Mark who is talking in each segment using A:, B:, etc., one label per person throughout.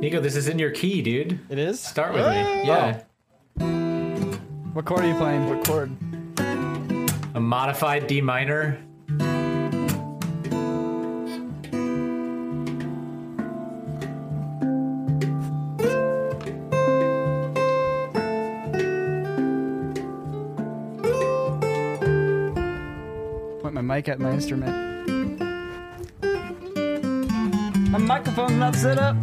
A: Nico, this is in your key, dude.
B: It is?
A: Start with me. Yeah.
B: What chord are you playing? What chord?
A: A modified D minor.
B: Point my mic at my instrument. My microphone's not set up.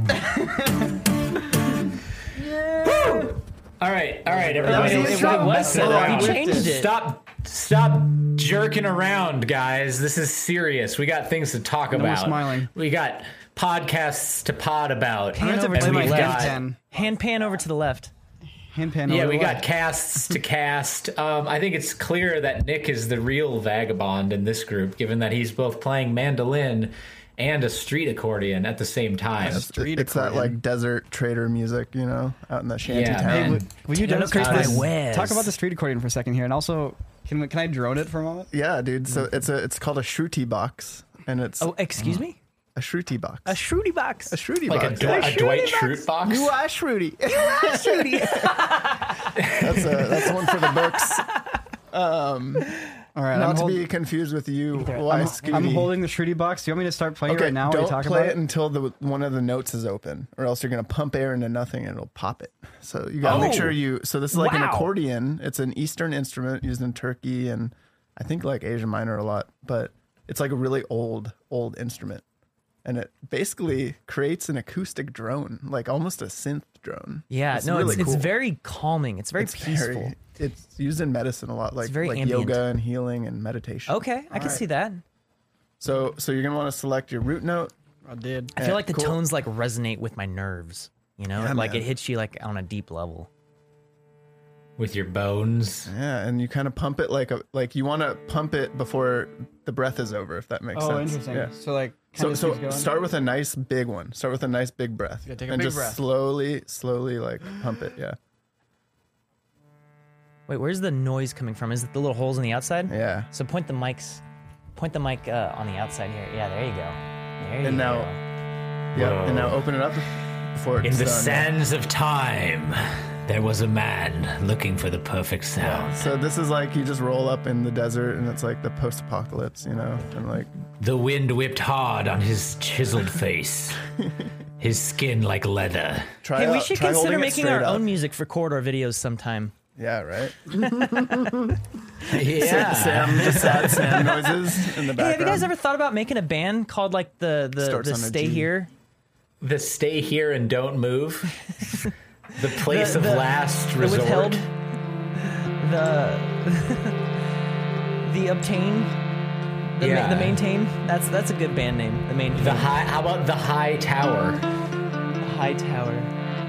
A: All right, all right,
B: was
A: everybody.
B: a
A: It
B: strong
A: was set
B: message.
A: up.
B: He changed
C: it.
A: Stop, stop jerking around, guys. This is serious. We got things to talk
B: more
A: about.
B: smiling.
A: We got podcasts to pod about.
C: gonna have to
A: And
C: play
A: we
C: my
A: got-
B: Hand pan.
C: Hand pan over to the left.
B: Hand pan.
A: Yeah,
B: over
A: we
B: the
A: got
B: left.
A: casts to cast. Um, I think it's clear that Nick is the real vagabond in this group, given that he's both playing mandolin and a street accordion at the same time.
B: Street
D: it's that
B: accordion.
D: like desert trader music, you know, out in the shanty
A: Yeah,
D: town.
A: man.
B: Will, will you
C: Turn up
B: demonstrate
C: my
B: this?
C: wares.
B: Talk about the street accordion for a second here, and also, can we, can I drone it for a moment?
D: Yeah, dude. So it's a it's called a shruti box, and it's
C: Oh, excuse me?
D: a shruti box.
C: A shrewdy box.
D: a shruti
A: Like a,
D: box.
A: Dw- a Dwight Schrute box.
D: You are shruti.
C: shruti.
D: that's a, that's one for the books.
B: All right,
D: Not
B: I'm,
D: to
B: hold-
D: be confused with you. Why
B: I'm,
D: Scooty?
B: I'm holding the shruti box. Do you want me to start playing
D: Okay,
B: it right now? while we
D: don't
B: talk
D: play
B: about
D: it until the one of the notes is open, or else you're gonna pump air into nothing and it'll pop it. So you gotta
C: Oh.
D: make sure you. So this is like an
C: Wow.
D: accordion. It's an Eastern instrument used in Turkey and I think like Asia Minor a lot, but it's like a really old old instrument, and it basically creates an acoustic drone, like almost a synth drone.
C: Yeah,
D: it's
C: no,
D: really
C: it's,
D: cool.
C: it's very calming. It's very
D: It's
C: peaceful.
D: very- it's used in medicine a lot, like
C: very
D: like
C: ambient.
D: yoga and healing and meditation.
C: Okay, I can see that.
D: So so you're gonna want to select your root note.
B: it? I did.
C: I
D: Yeah,
C: feel like the
D: cool.
C: tones like resonate with my nerves. You know,
D: Yeah,
C: like
D: man.
C: it hits you like on a deep level.
A: with your bones.
D: Yeah, and you kind of pump it like a like you want to pump it before the breath is over, if that makes
B: Oh,
D: sense.
B: interesting.
D: Yeah.
B: So, like,
D: So
B: kinda keeps
D: so
B: going?
D: start with a nice big one. Start with a nice big breath,
B: Yeah, take a
D: and
B: big
D: just
B: breath.
D: slowly, slowly like pump it. Yeah,
C: Wait, where's the noise coming from? Is it the little holes on the outside?
D: yeah.
C: So point the mics, point the mic uh, on the outside here. Yeah, there you go. There you
D: And now-
C: go.
D: Yep. And now open it up before
A: In
D: it's
A: the
D: done.
A: sands of time, there was a man looking for the perfect sound.
D: So this is like you just roll up in the desert, and it's like the post-apocalypse, you know, and like
A: The wind whipped hard on his chiseled face, his skin like leather.
D: try.
C: Hey, we
D: out-
C: should
D: try
C: consider
D: holding it
C: making our
D: straight up.
C: own music for corridor videos sometime.
D: Yeah, right.
A: Yeah.
D: Sam, just sad sand noises in the background.
C: Hey, have you guys ever thought about making a band called like the the,
D: Starts
C: um, the
D: on a
C: Stay
D: G.
C: Here?
A: the stay here and don't move. The place
C: The-
A: of
C: the-
A: last
C: the
A: resort.
C: withheld, the the obtain, the, ma-
A: Yeah.
C: the maintain. That's that's a good band name. The main
A: The high. How about the high tower?
C: high tower.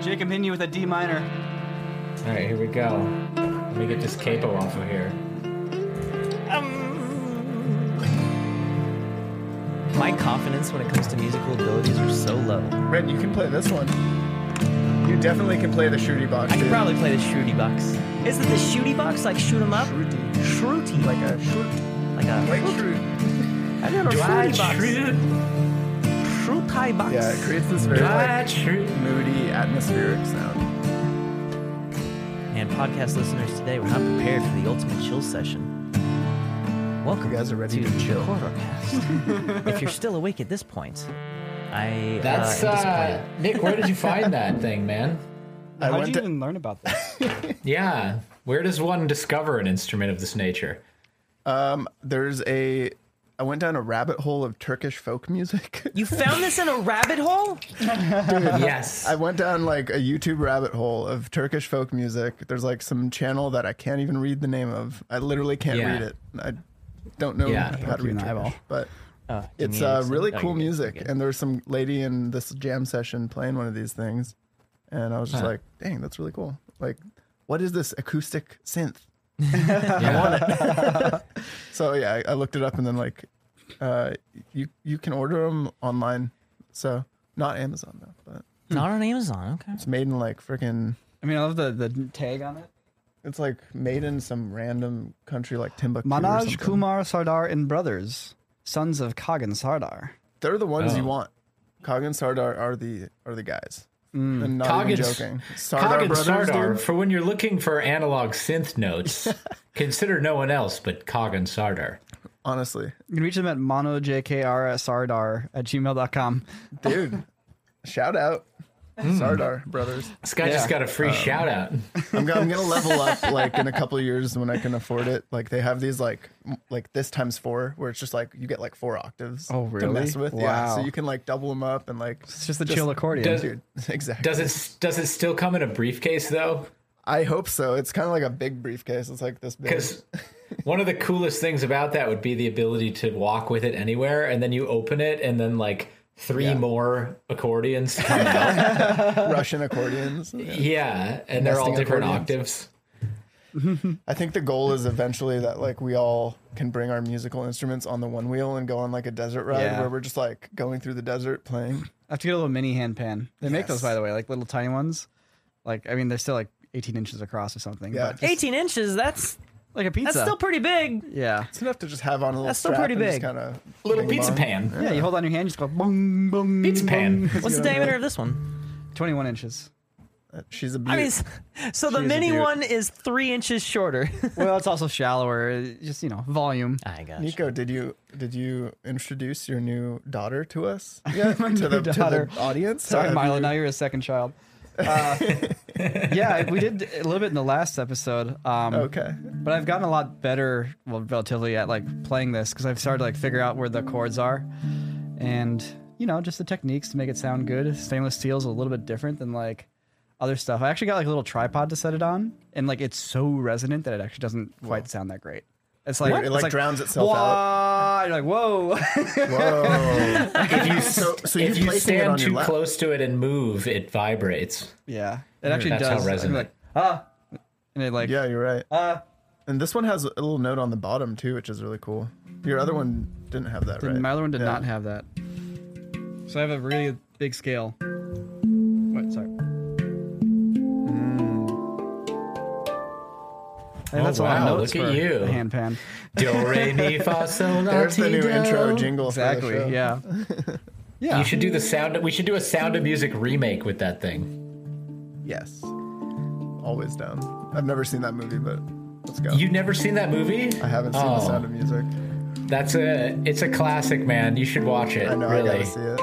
B: Jacob Hinu with a D minor.
A: All right, here we go. Let me get this capo off of here.
C: My confidence when it comes to musical abilities are so low.
D: Ren, you can play this one. You definitely can play the shooty box.
C: I could
D: dude.
C: probably play the shooty box. Is it the shooty box like shoot 'em up?
D: Shruti.
C: Shruti,
D: Like a shroot.
C: like a
D: Like shroot.
C: I've never
A: Dry
C: shooty box.
A: truth.
C: Shruti box.
D: Yeah, it creates this very
A: Dry
D: like
A: truth.
D: moody atmospheric sound.
C: And podcast listeners today were not prepared for the ultimate chill session. Welcome.
D: You guys are ready to chill.
C: Horrorcast. if you're still awake at this point, I
A: That's
C: uh, am
A: uh,
C: disappointed.
A: Nick. Where did you find that thing, man?
D: I
B: How
D: went
B: did you
D: to-
B: even learn about this?
A: Yeah, where does one discover an instrument of this nature?
D: There's a I went down a rabbit hole of Turkish folk music.
C: You found this in a rabbit hole?
A: yes.
D: I went down like a YouTube rabbit hole of Turkish folk music. There's like some channel that I can't even read the name of. I literally can't
A: Yeah.
D: read it. I don't know
A: Yeah.
D: how to
B: Give
D: read
B: me an eyeball.
D: Turkish, but
C: Uh, give
D: it's
C: me
D: uh,
C: some-
D: really
C: oh,
D: cool
C: you're good, you're
D: music.
C: good.
D: And there was some lady in this jam session playing one of these things, and I was just like, "Dang, that's really cool!" Like, what is this acoustic synth?
A: Yeah.
D: So yeah, I, I looked it up, and then like, uh, you you can order them online. So not Amazon though, but
C: Not on Amazon. Okay.
D: it's made in like freaking.
B: I mean, I love the, the tag on it.
D: It's like made in some random country like Timbuktu. or
B: Manaj
D: something.
B: Kumar Sardar and brothers, sons of Kagan Sardar.
D: They're the ones you
A: Oh.
D: want. Cog and Sardar are the are the guys. I'm not
A: Cog
D: even
A: and-
D: joking.
A: Cog
D: Sardar
A: and
D: brothers.
A: Sardar,
D: dude.
A: for when you're looking for analog synth notes, consider no one else but Cog and Sardar.
D: Honestly,
B: You can reach them at monojkrsardar at gmail.com.
D: dude, shout out
B: Hmm.
D: Sardar brothers.
A: This guy just got a free
D: um,
A: shout out.
D: I'm, go- I'm gonna level up like in a couple of years when I can afford it. Like they have these like m- like this times four, where it's just like you get like four octaves.
B: Oh,
D: To
B: really?
D: mess with, yeah. So
B: Wow.
D: you can like double them up and like
B: It's just the chill accordion.
A: Does-
D: dude, exactly.
A: Does it does it still come in a briefcase though?
D: I hope so. It's kind of like a big briefcase. It's like this big.
A: Because one of the coolest things about that would be the ability to walk with it anywhere, and then you open it, and then like three more accordions come out.
B: uh,
D: Russian accordions.
A: yeah, and they're all
D: Nesting
A: different
D: accordions.
A: octaves.
D: I think the goal is eventually that like we all can bring our musical instruments on the one wheel and go on like a desert ride
B: Yeah.
D: where we're just like going through the desert playing.
B: I have to get a little mini hand pan. They make those,
D: Yes.
B: by the way, like little tiny ones. Like, I mean, they're still like 18 inches across or something.
D: Yeah,
B: But
D: just-
C: 18 inches. That's
B: like a pizza.
C: that's still pretty big.
B: yeah.
D: it's enough to just have on a little.
C: That's still
D: strap
C: pretty
D: and just
C: big.
D: Kinda
A: Little
D: bing
A: pizza
D: bong.
A: pan.
B: Yeah, you hold on your hand, you just go boom, boom.
A: Pizza pan.
B: boom.
C: What's the diameter of this one?
B: 21 inches.
D: Uh, She's a beauty.
C: I mean, s- so the
B: She's a
C: mini
B: beaut.
C: one is three inches shorter.
B: Well, it's also shallower. It's Just, you know, volume.
C: I got
D: Nico, did you did you introduce your new daughter to us? Yeah, to, the, to
B: daughter.
D: the audience.
B: Sorry,
D: Have
B: Milo.
D: you-
B: Now you're a second child. Uh, yeah, we did a little bit in the last episode. Um,
D: Okay.
B: But I've gotten a lot better, well, relatively at like playing this because I've started to like figure out where the chords are, and you know, just the techniques to make it sound good. Stainless steel's a little bit different than like other stuff. I actually got like a little tripod to set it on, and like it's so resonant that it actually doesn't quite sound that great. It's like
D: What? It,
B: it's
D: like, drowns itself
B: "Wah!"
D: out.
B: You're like whoa.
D: Whoa.
A: If you
D: So- so
A: if
D: you're
A: you
D: placing it
A: stand
D: on your
A: too
D: lap.
A: close to it and move, it vibrates.
B: yeah, it actually
A: That's how
B: does. It's
A: resonant.
B: Like ah, and it like
D: yeah, you're right.
A: Uh,
D: and this one has a little note on the bottom too, which is really cool. Your other one didn't have that, right?
B: My other one did
D: Yeah.
B: not have that. So I have a really big scale. Wait, sorry.
D: Mm.
B: Hey,
A: Oh,
B: that's a lot of
A: wow,
B: notes
A: look at
B: for
A: you.
B: a hand pan.
A: Do re mi fa sol la
D: There's the
A: ti,
D: new
A: do.
D: intro jingle. for the
B: Exactly.
D: show.
B: Yeah. yeah.
A: You should do the sound. We should do a Sound of Music remake with that thing.
D: Yes. Always down. I've never seen that movie, but let's go.
A: You've never seen that movie?
D: I haven't seen The
A: Oh,
D: Sound of Music.
A: That's a. It's a classic, man. You should watch it.
D: I know
A: really.
D: I gotta see it.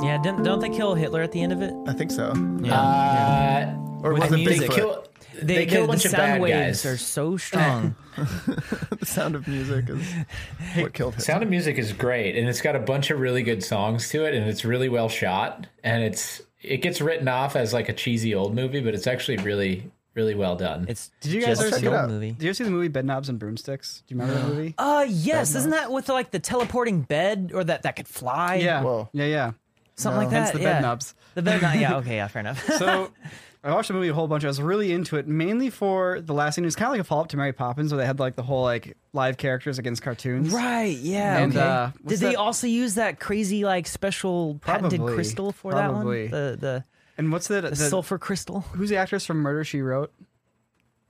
C: Yeah, didn't, don't they kill Hitler at the end of it?
D: I think so.
C: Yeah.
A: Uh,
D: Or was
A: I
D: it
A: mean, they
D: Bigfoot?
A: kill. They,
C: They,
A: kill
C: the,
A: a bunch
C: the
A: of
C: sound
A: bad
C: waves
A: guys.
C: are so strong.
D: The Sound of Music is what killed him.
A: Sound of Music is great, and it's got a bunch of really good songs to it, and it's really well shot, and it's it gets written off as like a cheesy old movie, but it's actually really really well done.
C: it's
B: Did you guys
C: just
B: ever
C: an
B: see
C: old
B: that
C: movie?
B: Did you ever see the movie Bedknobs and Broomsticks? Do you remember that
D: Oh,
B: movie?
C: Uh yes, isn't that with like the teleporting bed or that that could fly?
B: yeah.
D: Whoa.
B: Yeah. Yeah.
C: something like that.
B: Hence the
C: yeah.
B: bed knobs.
C: The bed knob. Yeah, okay, yeah, fair enough.
B: So I watched the movie a whole bunch. I was really into it, mainly for the last scene. It was kind of like a follow up to Mary Poppins, where they had like the whole like live characters against cartoons.
C: right, yeah.
B: And,
C: okay.
B: uh, what's
C: Did they
B: that-
C: also use that crazy like special patented
B: Probably,
C: crystal for
B: probably.
C: that one? The the,
B: And what's that? The,
C: the sulfur crystal.
B: Who's the actress from Murder She Wrote?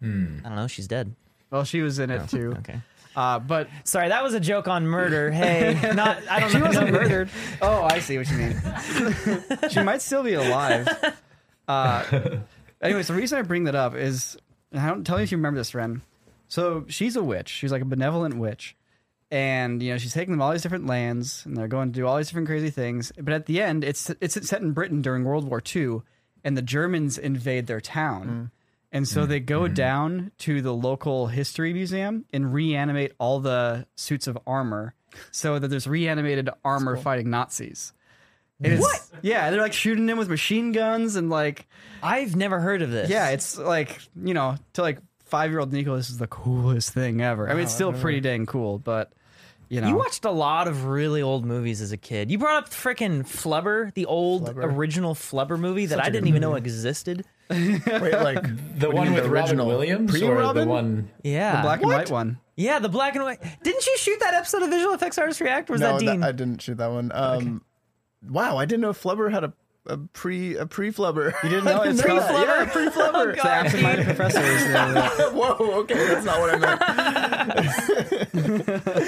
C: I don't know. She's dead.
B: Well, she was in it too.
C: Okay.
B: Uh, but
C: Sorry, that was a joke on murder. Hey, not I don't know.
B: she wasn't murdered. Oh, I see what you mean. she might still be alive. Uh, anyways, the reason I bring that up is, and I don't tell me if you remember this, Ren. So she's a witch. She's like a benevolent witch, and you know she's taking them all these different lands, and they're going to do all these different crazy things. But at the end, it's it's set in Britain during World War II, and the Germans invade their town. And so they go down to the local history museum and reanimate all the suits of armor so that there's reanimated armor fighting Nazis. And it's, what? Yeah, they're like shooting them with machine guns and like
C: I've never heard of this.
B: yeah, it's like you know to like five year old Nico, this is the coolest thing ever. I
D: Oh,
B: mean, it's still pretty dang cool, but you know,
C: You watched a lot of really old movies as a kid. You brought up frickin' Flubber, the old original Flubber movie that I didn't even know existed.
D: Wait, like
A: The one with Robin Williams or
D: Pre-Robin?
A: the one
C: Yeah.
B: the black and white one.
C: Yeah, the black and white. Didn't you shoot that episode of Visual Effects Artist React? Or was
D: No,
C: that
D: that
C: Dean?
D: I didn't shoot that one. Um, Wow, I didn't know Flubber had a, a pre a pre Flubber. You didn't
B: know it's
D: pre
B: called-
D: Flubber. Yeah, Oh, pre Flubber.
B: It's the Absent Minded Professor. is the-
D: Whoa, okay, that's not what I meant.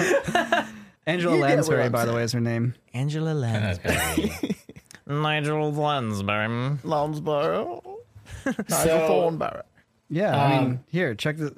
B: Angela
D: You get what
B: Lansbury,
D: I'm
B: by the way, is her name.
C: Angela Lansbury. Nigel Lansbury.
D: Lounsborough. Nigel
A: So-
D: Thornborough.
B: Yeah, I
D: Um,
B: mean, here, check the.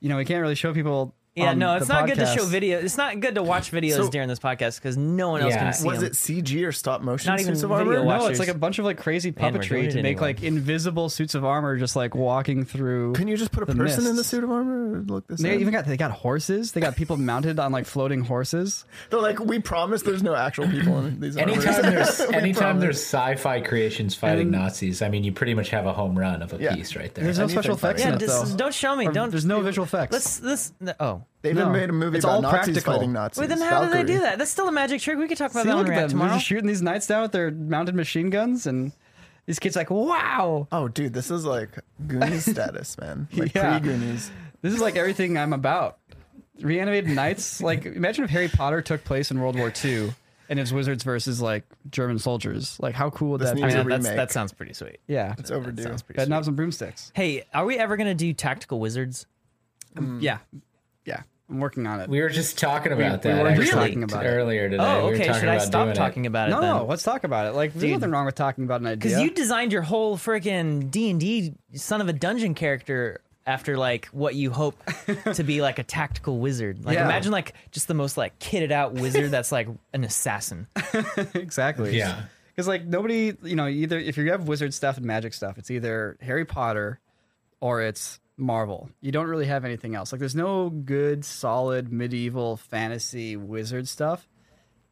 B: You know, we can't really show people.
C: Yeah,
B: on
C: no,
B: Um, the
C: it's not good to show
B: podcast.
C: video. It's not good to watch videos
D: So-
C: during this podcast because no one else
A: Yeah.
C: can see
D: Was
C: them.
D: it CG or stop motion?
C: Not even
D: suits of
C: video watch.
D: armor?
B: No, it's
C: Watchers.
B: like a bunch of like crazy
C: Man, we're doing
B: puppetry
C: it
B: to make
C: anyway.
B: like invisible suits of armor, just like walking through.
D: Can you just put a
B: The
D: person in the
B: mists.
D: suit of armor? and Look this.
B: They
D: up?
B: even got they got horses. They got people mounted on like floating horses.
D: They're like, we promise there's no actual people in these armors.
A: Anytime there's
D: We
A: anytime
D: promise.
A: there's sci-fi creations fighting Nazis, I mean, you pretty much have a home run of a
D: Yeah.
A: piece right there.
B: There's no special
D: fun.
B: effects
C: yeah,
B: in it
C: this,
B: though.
C: don't show me.
B: Or
C: Don't.
B: There's no visual effects.
C: Let's. Let's. no- Oh.
D: They even
B: No.
D: made a movie
B: It's
D: about
B: all
D: Nazis
B: practical.
D: fighting Nazis.
C: Wait, then how do they
D: Valkyrie.
C: do that? That's still a magic trick. We could talk about
B: See,
C: that on
B: look at
C: React
B: them. They're
C: tomorrow.
B: just shooting these knights down with their mounted machine guns, and these kids like, wow,
D: Oh, dude, this is like Goonies status, man. Like
B: Yeah.
D: pre-Goonies.
B: this is like everything I'm about. Reanimated knights. Like, imagine if Harry Potter took place in World War II and it's wizards versus like German soldiers. Like, how cool would
D: This
B: that
D: needs
B: be?
D: a remake.
C: that sounds pretty sweet.
B: Yeah,
D: It's overdue.
B: bed knobs and broomsticks.
C: Hey, are we ever gonna do tactical wizards?
B: Yeah, yeah, I'm working on it.
A: we were just talking about that
B: were
A: actually,
C: just
B: talking about it.
A: earlier today.
C: Oh,
A: We were
C: okay.
A: talking
C: Should I
A: about
C: stop
A: doing it.
C: talking about it?
B: no,
C: then?
B: no, let's talk about it. Like,
C: Dude.
B: there's nothing wrong with talking about an
C: Because
B: idea.
C: you designed your whole freaking D and D son of a dungeon character after like what you hope to be like a tactical wizard. Like
B: Yeah.
C: imagine like just the most like kitted out wizard that's like an assassin.
B: exactly.
A: Yeah.
B: Because like nobody, you know, either if you have wizard stuff and magic stuff, it's either Harry Potter or it's Marvel. You don't really have anything else. Like there's no good, solid medieval fantasy wizard stuff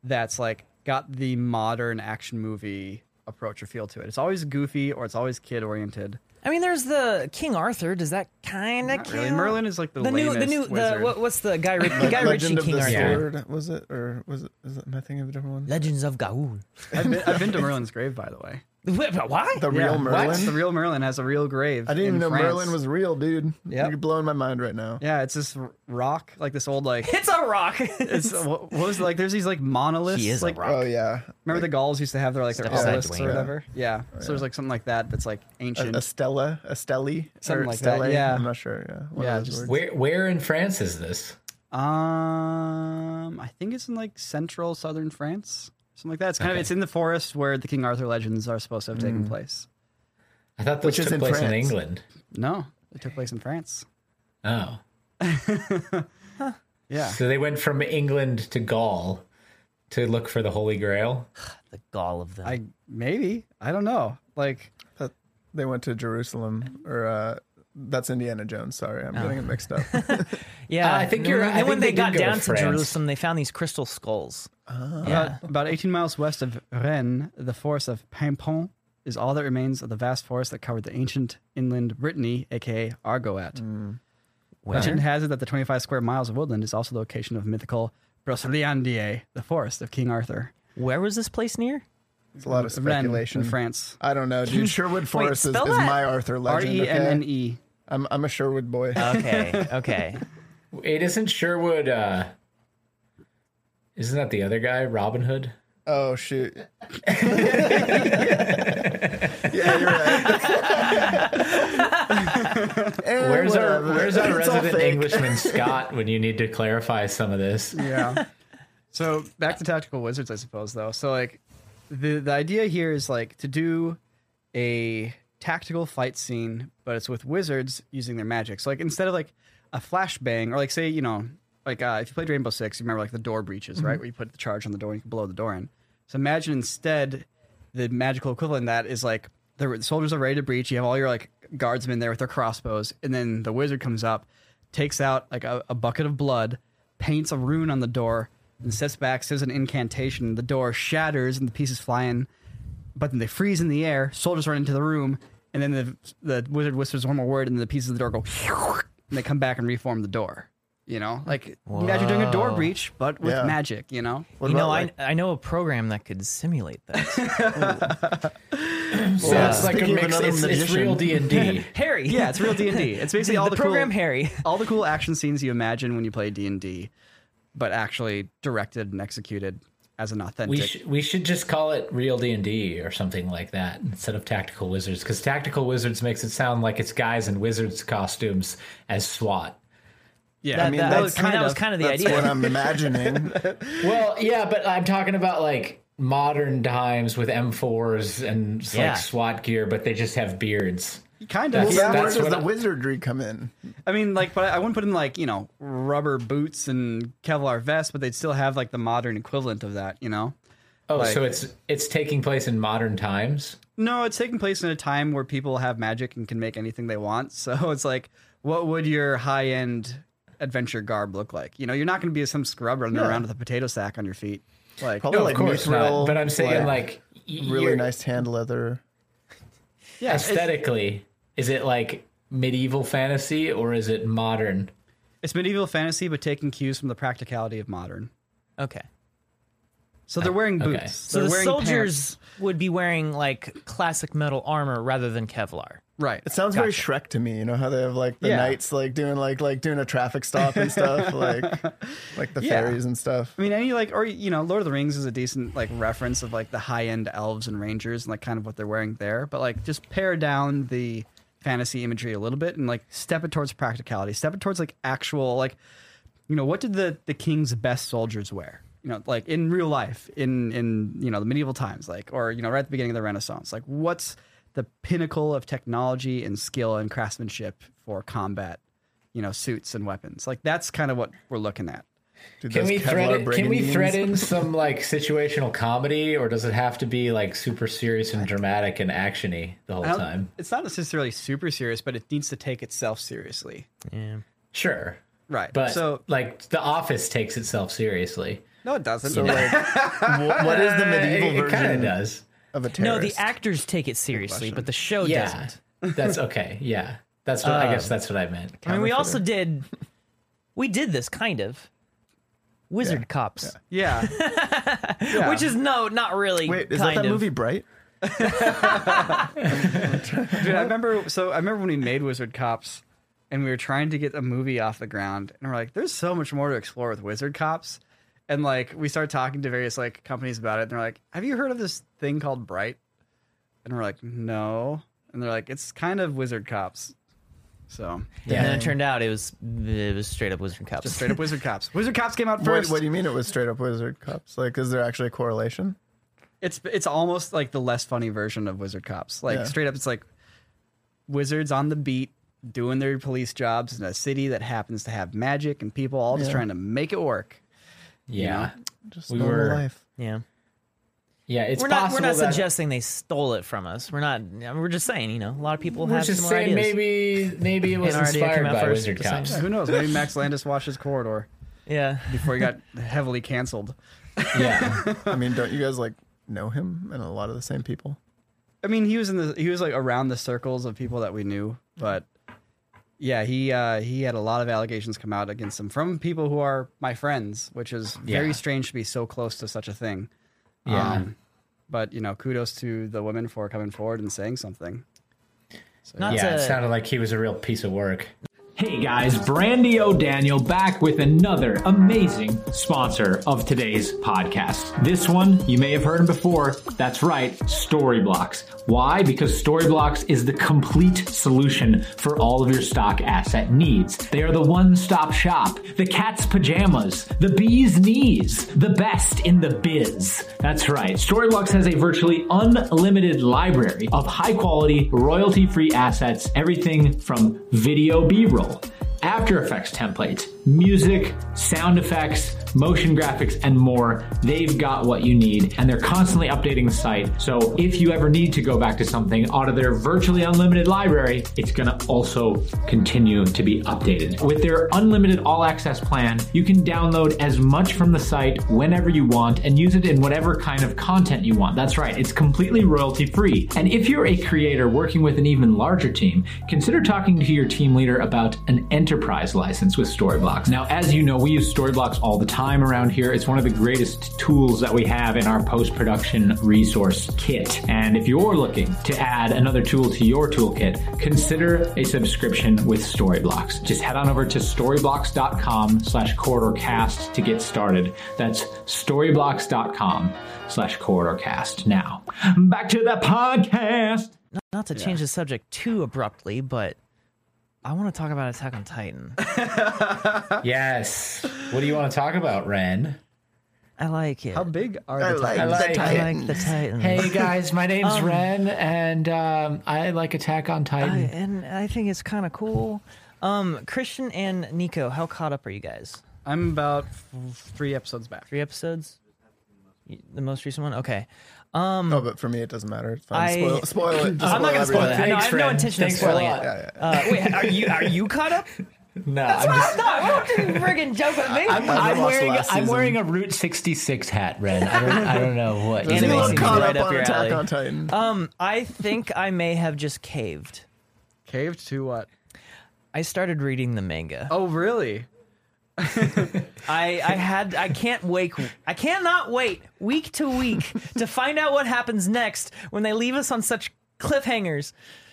B: that's like got the modern action movie approach or feel to it. It's always goofy or it's always kid oriented.
C: I mean, there's the King Arthur. Does that kind of
B: Really, Merlin is like the,
C: the new the
B: lamest
C: new the
B: wizard.
C: what, what's the guy Rit-
D: Le-
C: guy Ritchie
D: Legend of
C: King
D: the
C: Arthur?
A: Yeah.
D: Sword was it, or was it? Is that, am I thinking of a different one?
C: Legends of Gaul.
B: I've, been, I've been to Merlin's grave, by the way.
C: Wait, but Why?
D: The
B: Yeah.
D: real Merlin.
B: The real Merlin has a real grave.
D: I didn't even
B: in
D: know
B: France.
D: Merlin was real, dude.
B: Yep.
D: You're blowing my mind right now.
B: Yeah, it's this r- rock, like this old like
C: It's a rock.
B: It's what, what was it, like? There's these like monoliths.
C: He is a
B: like,
C: rock.
D: Oh yeah.
B: Remember the Gauls used to have their like their
C: Step aside,
B: obelisks
C: Dwayne. Oh,
B: or whatever. Yeah. So there's like something like that that's like ancient.
D: Estella, Estelli,
B: Something
D: or
B: like that,
D: Estelle,
B: yeah.
D: I'm not sure. Yeah, one
B: Yeah,
D: of those
B: just-
D: words.
A: Where where in France is this?
B: um, I think it's in like central southern France, something like that. It's kind of
A: Okay.
B: it's in the forest where the King Arthur legends are supposed to have
C: Mm.
B: taken place.
A: I thought
D: Which
A: this
D: is
A: took
D: in
A: place in
D: France.
A: England.
B: No, it took place in France.
A: Oh,
B: Yeah.
A: so they went from England to Gaul to look for the Holy Grail.
C: the gall of them.
B: I maybe I don't know. Like
D: That- they went to Jerusalem, or uh, that's Indiana Jones. Sorry,
A: Oh.
D: I'm getting it mixed up.
C: yeah,
A: I think
C: And
A: you're-
C: when-
A: I
C: And
A: think
C: when
A: they
C: they,
A: did
C: got
A: go to
C: down to,
A: France.
C: Jerusalem, they found these crystal skulls. yeah.
B: about, about 18 miles west of Rennes, the forest of Pimpon is all that remains of the vast forest that covered the ancient inland Brittany, aka Argoat. Legend has it that the 25 square miles of woodland is also the location of mythical Broceliande, the forest of King Arthur.
C: Where was this place near?
D: It's a lot of
B: Rennes
D: speculation.
B: in France.
D: I don't know, dude. Sherwood Forest is,
C: spell
D: is
C: that.
D: my Arthur
B: R
D: legend.
B: E N N E.
D: okay? I'm I'm a Sherwood boy. Uh,
C: Okay, okay.
A: It isn't Sherwood. Uh, isn't that the other guy, Robin Hood?
D: oh shoot. yeah, you're right. Eh,
A: Where's our
D: whatever.
A: Where's our
D: It's all
A: resident
D: fake.
A: Englishman Scott when you need to clarify some of this?
B: Yeah. so back to tactical wizards, I suppose, though. So like the the idea here is like to do a tactical fight scene, but it's with wizards using their magic. So like instead of like a flashbang or like say, you know, like uh, if you played Rainbow Six, you remember like the door breaches, right? Where you put the charge on the door and you can blow the door in. So imagine instead the magical equivalent of that is like the soldiers are ready to breach. You have all your like guardsmen there with their crossbows, and then the wizard comes up, takes out like a, a bucket of blood, paints a rune on the door, and sets back, says an incantation. The door shatters and the pieces fly in, but then they freeze in the air. Soldiers run into the room, and then the the wizard whispers one more word, and the pieces of the door go, and they come back and reform the door. You know, like imagine doing a door
C: Whoa.
B: breach, but with
D: Yeah.
B: magic. You know,
D: What
C: you know,
D: about, like-
C: I I know a program that could simulate that.
A: So it's like a
D: Speaking of
A: mix.
D: another
A: It's, it's real D and D.
C: Harry.
B: yeah, it's real D and D. It's basically all
C: the,
B: the,
C: program
B: cool,
C: Harry.
B: all the cool action scenes you imagine when you play D and D, but actually directed and executed as an authentic.
A: We sh- we should just call it real D and D or something like that instead of tactical wizards because tactical wizards makes it sound like it's guys in wizards costumes as SWAT.
B: yeah,
C: That,
B: I mean
C: that-
B: that
C: I
B: was
C: mean,
B: kind
C: that
B: of,
C: was kind of the
D: That's
C: idea.
D: what I'm imagining.
A: Well, yeah, but I'm talking about like modern times with M4s and like
C: Yeah.
A: SWAT gear, but they just have beards.
B: kind
D: well,
B: of.
A: That's-
D: then
B: yeah.
D: where
A: that's
D: does
A: what
D: the
A: I-
D: wizardry come in?
B: I mean, like, but I wouldn't put in like you know rubber boots and Kevlar vests, but they'd still have like the modern equivalent of that. You know,
A: Oh,
B: Like-
A: so it's it's taking place in modern times.
B: no, it's taking place in a time where people have magic and can make anything they want. So it's like, what would your high end adventure garb look like? You know, you're not going to be some scrub running around with a potato sack on your feet. Like,
D: Probably like
A: of course
D: neutral,
A: not. But I'm saying like, y-
D: really
A: you're-
D: nice hand leather.
B: yeah, it's-
A: aesthetically. Is it like medieval fantasy or is it modern?
B: It's medieval fantasy, but taking cues from the practicality of modern.
C: Okay.
B: So they're wearing boots.
A: okay.
C: So
B: They're
C: the
B: wearing
C: soldiers
B: pants.
C: would be wearing like classic metal armor rather than Kevlar.
B: right?
D: It sounds very Shrek to me. You know how they have like the
B: Yeah.
D: knights like doing like like doing a traffic stop and stuff, like like the
B: Yeah.
D: fairies and stuff.
B: I mean, any like, or you know, Lord of the Rings is a decent like reference of like the high end elves and rangers and like kind of what they're wearing there. But like, just pare down the fantasy imagery a little bit and like step it towards practicality. Step it towards like actual like, you know, what did the the king's best soldiers wear? You know, like in real life, in in you know the medieval times, like or you know right at the beginning of the Renaissance, like what's the pinnacle of technology and skill and craftsmanship for combat? You know, suits and weapons. Like that's kind of what we're looking at.
D: Dude,
A: Can
D: those
A: we
D: Kevlar
A: thread it, can we
D: brigandines.
A: thread in some like situational comedy or does it have to be like super serious and dramatic and actiony the whole
B: I don't-
A: time?
B: It's not necessarily super serious, but it needs to take itself seriously.
A: Sure.
B: Right.
A: But
B: so
A: like The Office takes itself seriously.
B: no, it doesn't.
D: So like, wh- what is the
C: Uh,
D: medieval
A: It- it kind of
D: version
A: does.
D: of a
C: No,
D: terrorist?
C: the actors take it seriously, but the show
A: Yeah.
C: doesn't.
A: that's okay. Yeah. That's what
D: Um,
A: I guess that's what I meant.
C: I mean, we also did, we did this kind of wizard cops,
B: yeah. Yeah.
C: which is no, not really.
D: Wait, is that
C: kind
D: that
C: of.
D: movie Bright?
B: dude, I remember. So I remember when we made Wizard Cops, and we were trying to get a movie off the ground, and we're like, "There's so much more to explore with Wizard Cops," and like we started talking to various like companies about it, and they're like, "Have you heard of this thing called Bright?" And we're like, "No," and they're like, "It's kind of Wizard Cops." So
C: And then it turned out it was it was straight up wizard cops.
B: just straight up Wizard Cops. Wizard Cops came out
D: What,
B: first.
D: what do you mean it was straight up wizard cops? Like, is there actually a correlation?
B: it's it's almost like the less funny version of Wizard Cops. Like
D: Yeah.
B: straight up, it's like wizards on the beat doing their police jobs in a city that happens to have magic and people all just
D: Yeah.
B: trying to make it work.
A: Yeah.
D: Just
A: We
D: normal
A: were-
D: life.
C: yeah,
A: Yeah, it's
C: we're not we're
A: possible
C: not
A: that-
C: suggesting they stole it from us. We're not. I mean, We're just saying, you know, a lot of people
A: We're
C: have
A: just
C: similar
A: saying
C: ideas.
A: maybe maybe it was
C: our idea
A: inspired
C: came out
A: by
C: first,
A: Wizard
C: just saying.
A: Cops.
B: Who knows? Maybe Max Landis watched his corridor
C: Yeah,
B: before he got heavily canceled.
A: Yeah.
D: I mean, don't you guys like know him and a lot of the same people?
B: I mean, he was in the he was like around the circles of people that we knew, but yeah, he uh, he had a lot of allegations come out against him from people who are my friends, which is very
A: Yeah.
B: strange to be so close to such a thing.
A: Yeah.
B: Um,
D: Um,
B: but you know, kudos to the women for coming forward and saying something.
C: not
A: yeah, it
C: to
A: sounded like he was a real piece of work.
E: Hey guys, Brandy O'Daniel back with another amazing sponsor of today's podcast. This one, you may have heard him before. That's right, Storyblocks. Why? Because Storyblocks is the complete solution for all of your stock asset needs. They are the one stop shop, the cat's pajamas, the bee's knees, the best in the biz. That's right, Storyblocks has a virtually unlimited library of high quality, royalty free assets, everything from video B roll. After Effects templates, music, sound effects, motion graphics, and more. They've got what you need, and they're constantly updating the site. So if you ever need to go back to something out of their virtually unlimited library, it's going to also continue to be updated. With their unlimited all access plan, you can download as much from the site whenever you want and use it in whatever kind of content you want. That's right, it's completely royalty free. And if you're a creator working with an even larger team, consider talking to your team leader about an enterprise license with Storyblocks. Now, as you know, we use Storyblocks all the time around here. It's one of the greatest tools that we have in our post production resource kit. And if you're looking to add another tool to your toolkit, consider a subscription with Storyblocks. Just head on over to storyblocks.com slash corridorcast to get started. That's storyblocks.com slash corridorcast. Now, back to the podcast.
C: Not to change the subject too abruptly, but I want to talk about Attack on Titan.
A: Yes. What do you want to talk about, Ren?
C: I like it.
B: How big are
D: I
B: the
D: like,
B: titans?
A: like
D: the
A: it.
C: I
D: Titan.
C: like the Titans.
A: Hey guys, my name's Ren, and um, I like Attack on
C: I,
A: Titan.
C: and I think it's kind of cool. Um, Christian and Nico, how caught up are you guys?
B: I'm about f- three episodes back.
C: Three episodes? Y- The most recent one? Okay.
D: No, Oh, but for me, it doesn't matter. It's fine.
C: I-
D: spoil, spoil it. Just
C: I'm not gonna spoil
D: everything.
C: it. I know, I
A: Thanks,
C: have no
A: Ren.
C: intention of
A: Thanks a
C: spoiling
A: lot.
C: it.
D: Yeah, yeah.
C: Uh, wait, are you are you caught up?
A: no, I'm
C: I'm
A: just.
C: not. I don't think you're friggin' joke with me.
A: I'm,
D: I
A: I'm
D: watched
A: wearing
D: last
A: I'm
D: season.
A: wearing a Route 66 hat, Ren. I don't I don't know what.
D: Does
C: Anime
D: anyone
C: seems
D: caught
C: right
D: up
C: up
D: on
C: your
D: Attack
C: alley.
D: on Titan.
C: um, I think I may have just caved.
B: Caved to what?
C: I started reading the manga.
B: Oh, really?
C: I, I had I can't wait I cannot wait week to week to find out what happens next when they leave us on such cliffhangers.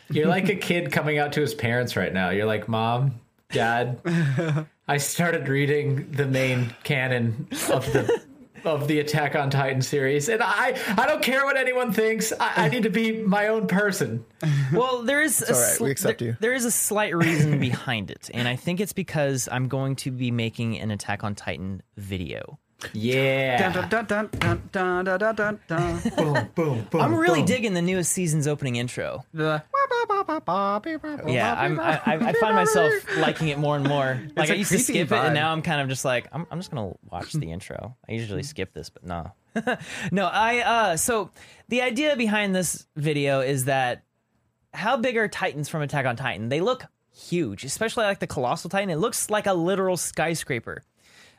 A: You're like a kid coming out to his parents right now. You're like, Mom, Dad, I started reading the main canon of the of the Attack on Titan series, and I I don't care what anyone thinks. I, I need to be my own person.
C: Well, there is a
D: all right, we accept
C: there-
D: you.
C: there is a slight reason behind it, and I think it's because I'm going to be making an Attack on Titan video.
A: Yeah.
B: Dun, dun, dun, dun, dun, dun, dun, dun, dun.
A: boom, boom, boom.
C: I'm really
A: boom.
C: digging the newest season's opening intro.
B: The-
C: Yeah, I'm, I, I I find myself liking it more and more. Like
B: a
C: I used to
B: creepy
C: skip it,
B: vibe.
C: and now I'm kind of just like, I'm, I'm just gonna watch the intro. I usually
B: Mm-hmm.
C: skip this, but no, no. I uh, so the idea behind this video is that how big are Titans from Attack on Titan? They look huge, especially like the colossal Titan. It looks like a literal skyscraper,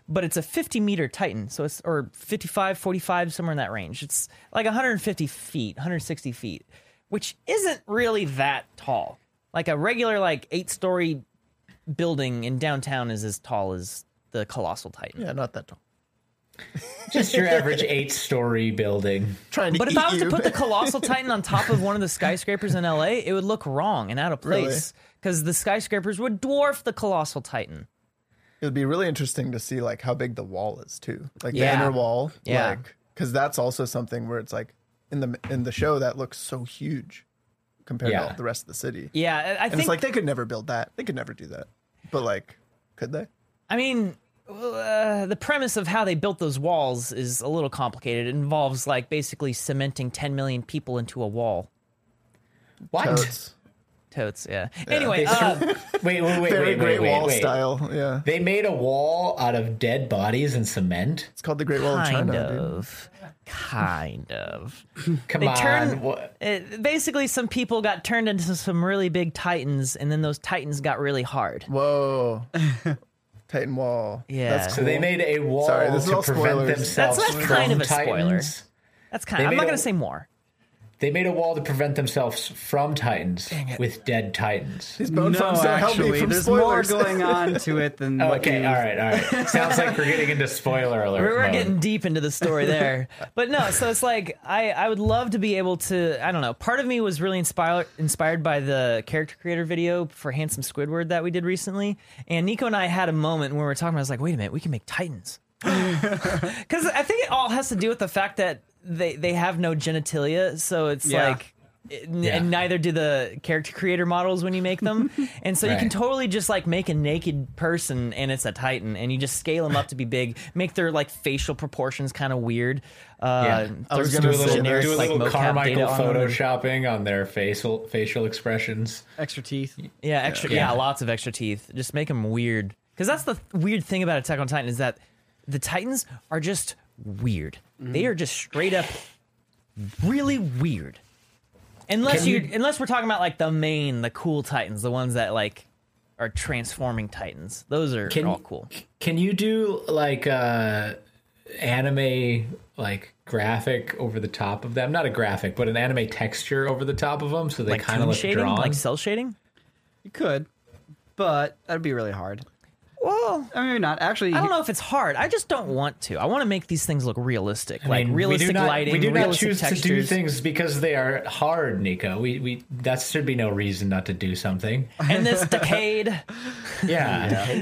C: but it's a 50 meter Titan, so it's or 55, 45, somewhere in that range. It's like 150 feet, 160 feet, which isn't really that tall. Like a regular like eight story building in downtown is as tall as the colossal Titan.
D: yeah, not that tall.
A: just your average eight story building.
D: Trying to
C: But if
D: eat
C: I was to
D: you.
C: put the colossal titan on top of one of the skyscrapers in LA, it would look wrong and out of
D: Really?
C: place because the skyscrapers would dwarf the colossal titan.
D: It'd be really interesting to see like how big the wall is too, like
C: Yeah.
D: the inner wall,
C: Yeah.
D: like because that's also something where it's like in the in the show that looks so huge compared
A: Yeah.
D: to the rest of the city,
C: Yeah, I- I
D: and
C: think.
D: it's like they could never build that, they could never do that, but like could they?
C: I mean, uh, the premise of how they built those walls is a little complicated. It involves like basically cementing 10 million people into a wall.
A: What?
D: Totes.
C: Totes, yeah. Anyway,
A: They
C: uh,
A: threw- wait, wait, wait,
D: Very
A: wait, wait,
D: Great
A: wait,
D: Wall
A: wait.
D: style, yeah.
A: They made a wall out of dead bodies and cement.
D: It's called the Great Wall of
C: kind
D: China. dude.
C: of, kind of.
A: Come
C: They
A: on.
C: turn-
A: What-
C: It, basically, some people got turned into some really big titans, and then those titans got really hard.
D: Whoa, Titan Wall.
C: Yeah.
D: that's
C: So
A: So
D: cool.
A: they made a wall
D: Sorry, this is
A: to
D: all
A: prevent
D: spoilers.
A: themselves
C: That's- that's
A: from
C: kind of a spoiler.
A: Titans.
C: That's kind.
A: They
C: of,
A: made
C: I'm not
A: a-
C: going to say more.
A: They made a wall to prevent themselves from Titans with dead Titans.
D: these bone
B: No,
D: thumbs don't help me
B: actually,
D: from
B: there's
D: spoilers.
B: more going on to it than
D: Oh,
B: what
A: Okay,
B: you
A: all right, all right. Sounds like we're getting into spoiler alert.
C: We're, we're
A: mode.
C: getting deep into the story there, but no. So it's like I, I would love to be able to. I don't know. Part of me was really inspired inspired by the character creator video for Handsome Squidward that we did recently, and Nico and I had a moment when we were talking. I was like, wait a minute, we can make Titans. Because I think it all has to do with the fact that they they have no genitalia, so it's
B: Yeah.
C: like. n-
A: Yeah.
C: And neither do the character creator models when you make them, and so you can
A: Right.
C: totally just like make a naked person and it's a titan, and you just scale them up to be big, make their like facial proportions kind of weird. Uh,
A: Yeah.
D: I was
C: throw
D: gonna
C: some
D: say
C: generic,
D: this.
A: do a little
C: mocap
A: Carmichael
C: data on them.
A: photoshopping on their facial facial expressions.
B: extra teeth.
C: Yeah, extra. Yeah. lots of extra teeth. Just make them weird. Because that's the th- weird thing about Attack on Titan is that the Titans are just weird.
A: Mm-hmm.
C: They are just straight up really weird. Unless
A: Can
C: you,
A: you-
C: unless we're talking about like the main, the cool Titans, the ones that like are transforming Titans. Those are
A: Can-
C: all cool.
A: Can you do like uh anime like graphic over the top of them? Not a graphic, but an anime texture over the top of them so they
C: Like
A: kind of
C: toon
A: look
C: shading,
A: drawn.
C: like cell shading.
B: You could, but that'd be really hard.
C: Well,
B: I mean, maybe not actually.
C: I don't know if it's hard. I just don't want to. I want to make these things look realistic,
A: I
C: like
A: mean,
C: realistic
A: we do not,
C: lighting,
A: We do not
C: realistic
A: choose
C: textures.
A: to do things because they are hard, Nico. We we that should be no reason not to do something.
C: And this decade,
A: Yeah.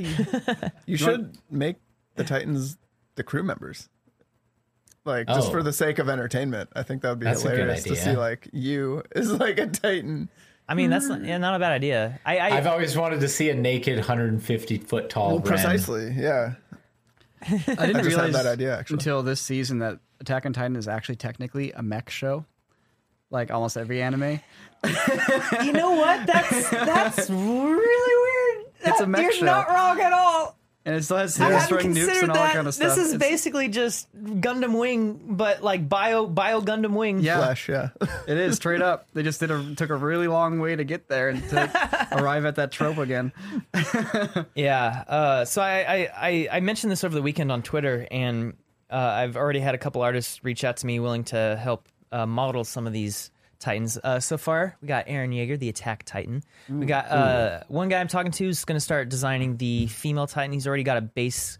D: You should make the Titans the crew members. Like
A: Oh.
D: just for the sake of entertainment. I think that would be
A: That's a good
D: hilarious to
A: idea.
D: see like you is like a Titan.
C: I mean, that's not, yeah, not a bad idea. I, I
A: I've always wanted to see a naked 150 foot tall.
D: Well,
A: Ren.
D: precisely, yeah.
B: I didn't
D: I just had
B: realize
D: that idea, actually.
B: until this season that Attack on Titan is actually technically a mech show, like almost every anime.
C: you know what? That's that's really weird.
B: It's a mech
C: You're
B: show.
C: not wrong at all.
B: And it's less
C: I hadn't
B: destroying nukes
C: considered
B: and all
C: that.
B: that kind of stuff.
C: this is
B: It's-
C: basically just Gundam Wing, but like bio bio Gundam Wing.
B: yeah,
D: Flesh, yeah.
B: it is straight up. They just did a, took a really long way to get there and to arrive at that trope again.
C: Yeah. Uh, so I, I, I, I mentioned this over the weekend on Twitter, and uh, I've already had a couple artists reach out to me willing to help uh, model some of these titans. Uh, so far, we got Aaron Yeager, the Attack Titan.
D: Mm,
C: We got uh, one guy I'm talking to is going to start designing the female Titan. He's already got a base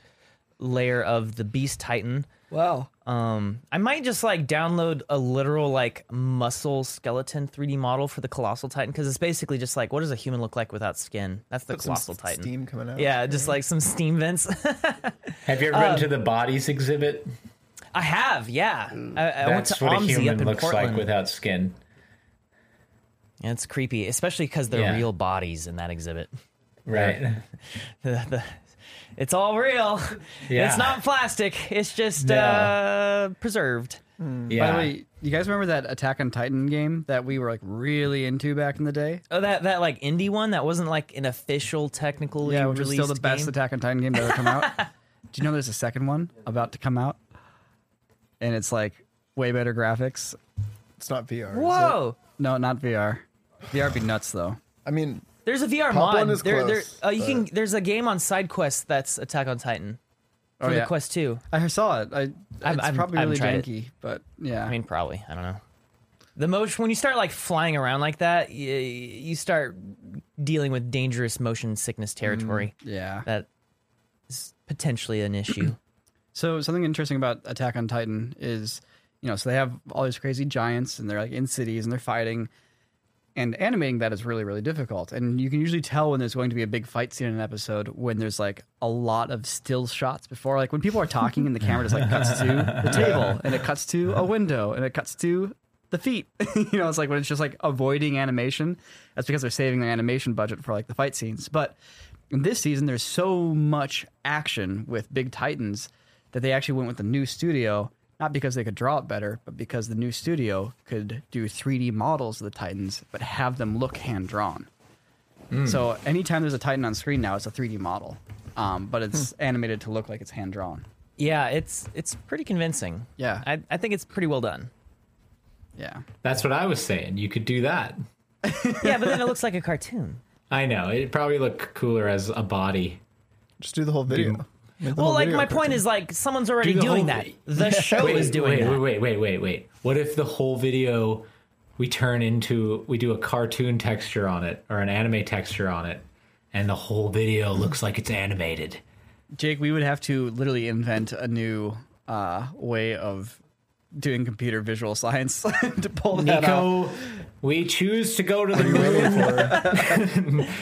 C: layer of the Beast Titan.
B: Wow.
C: Um, I might just like download a literal like muscle skeleton 3D model for the Colossal Titan because it's basically just like what does a human look like without skin? That's the
D: Some
C: Colossal
D: s-
C: Titan.
D: Steam coming out.
C: Yeah, just like some steam vents.
A: Have you ever
C: Uh,
A: been to the bodies exhibit?
C: I have, yeah. I, I went to
A: That's what a
C: OMSI up
A: human
C: in
A: looks
C: Portland.
A: like without skin.
C: Yeah, it's creepy, especially because they're
A: Yeah.
C: real bodies in that exhibit.
A: Right.
C: The- the- it's all real.
A: Yeah.
C: It's not plastic. It's just
A: No.
C: uh, preserved.
A: Yeah.
B: By the way, you guys remember that Attack on Titan game that we were like really into back in the day?
C: Oh, that that like indie one that wasn't like an official technical
B: Yeah, which
C: released
B: is still the best
C: game.
B: Attack on Titan game to ever come out. Do you know there's a second one about to come out? And it's like way better graphics.
D: It's not VR. is it?
C: Whoa.
B: No, not VR. VR would be nuts though.
D: I mean,
C: There's a VR
D: Pop
C: mod.
D: one is
C: there, there-
D: close,
C: uh, you can.
D: but-
C: There's a game on SideQuest that's Attack on Titan for
B: Oh,
C: the
B: yeah.
C: Quest Two.
B: I saw it. I it's
C: I've- I've-
B: probably
C: I've
B: really
C: tried it.
B: janky, but yeah.
C: I mean, probably. I don't know. The motion when you start like flying around like that, you, you start dealing with dangerous motion sickness territory.
B: yeah.
C: That is potentially an issue.
B: So something interesting about Attack on Titan is, you know, so they have all these crazy giants and they're like in cities and they're fighting. And animating that is really, really difficult. And you can usually tell when there's going to be a big fight scene in an episode when there's like a lot of still shots before. Like when people are talking and the camera just like cuts to the table and it cuts to a window and it cuts to the feet. you know, it's like when it's just like avoiding animation. That's because they're saving their animation budget for like the fight scenes. But in this season, there's so much action with Big Titans that they actually went with a new studio, not because they could draw it better, but because the new studio could do 3D models of the Titans, but have them look hand drawn. So anytime there's a Titan on screen now, it's a 3D model, um, but it's animated to look like it's hand drawn.
C: yeah, it's it's pretty convincing.
B: Yeah.
C: I, I think it's pretty well done.
B: Yeah.
A: That's what I was saying. You could do that.
C: yeah, but then it looks like a cartoon.
A: I know. It'd probably look cooler as a body.
D: just do the whole video. Make the
C: Well,
D: whole
C: like
D: video
C: my
D: cartoon.
C: point is like someone's already
A: Do the
C: doing
A: whole-
C: that. The show
A: wait,
C: is doing
A: wait,
C: that.
A: Wait, wait, wait, wait, wait. What if the whole video we turn into we do a cartoon texture on it or an anime texture on it, and the whole video looks like it's animated?
B: Jake, we would have to literally invent a new uh, way of doing computer visual science to pull that off.
A: Nico, we choose to go to the moon.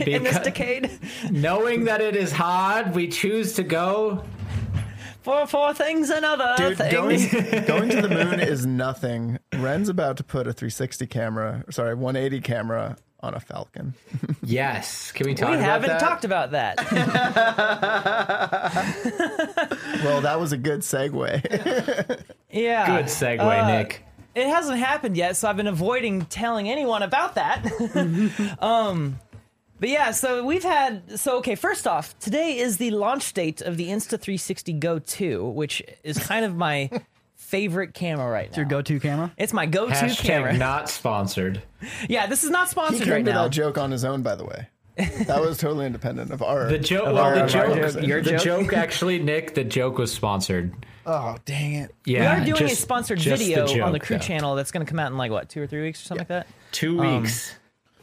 C: In this
A: Because-
C: decade,
A: knowing that it is hard, we choose to go.
C: for for things and other
D: Dude,
C: things.
D: going, going to the moon is nothing. Ren's about to put a 360 camera, sorry, 180 camera on a Falcon.
A: Yes. Can we talk
C: we
A: about
C: haven't
A: that?
C: talked about that.
D: Well, that was a good segue.
C: Yeah.
A: Good segue,
C: Uh,
A: Nick.
C: It hasn't happened yet, so I've been avoiding telling anyone about that. um, But yeah, so we've had so okay. First off, today is the launch date of the Insta 360 Go 2, which is kind of my favorite camera right now.
B: Your go-to camera.
C: it's my go-to
A: Hashtag
C: camera.
A: not sponsored.
C: yeah, this is not
D: He
C: sponsored
D: came
C: right
D: to
C: now.
D: that joke on his own, by the way. That was totally independent of our.
A: The joke.
D: of
A: Well,
D: our-
A: the
D: of our
A: joke.
D: conversation.
C: your
A: the
C: joke?
A: joke? actually, Nick. The joke was sponsored.
D: Oh, dang it!
C: we
A: Yeah,
C: are doing a
A: just-
C: sponsored
A: just
C: video
A: joke,
C: on the crew
A: though.
C: channel that's going to come out in like what two or three weeks or something like that.
A: Two weeks.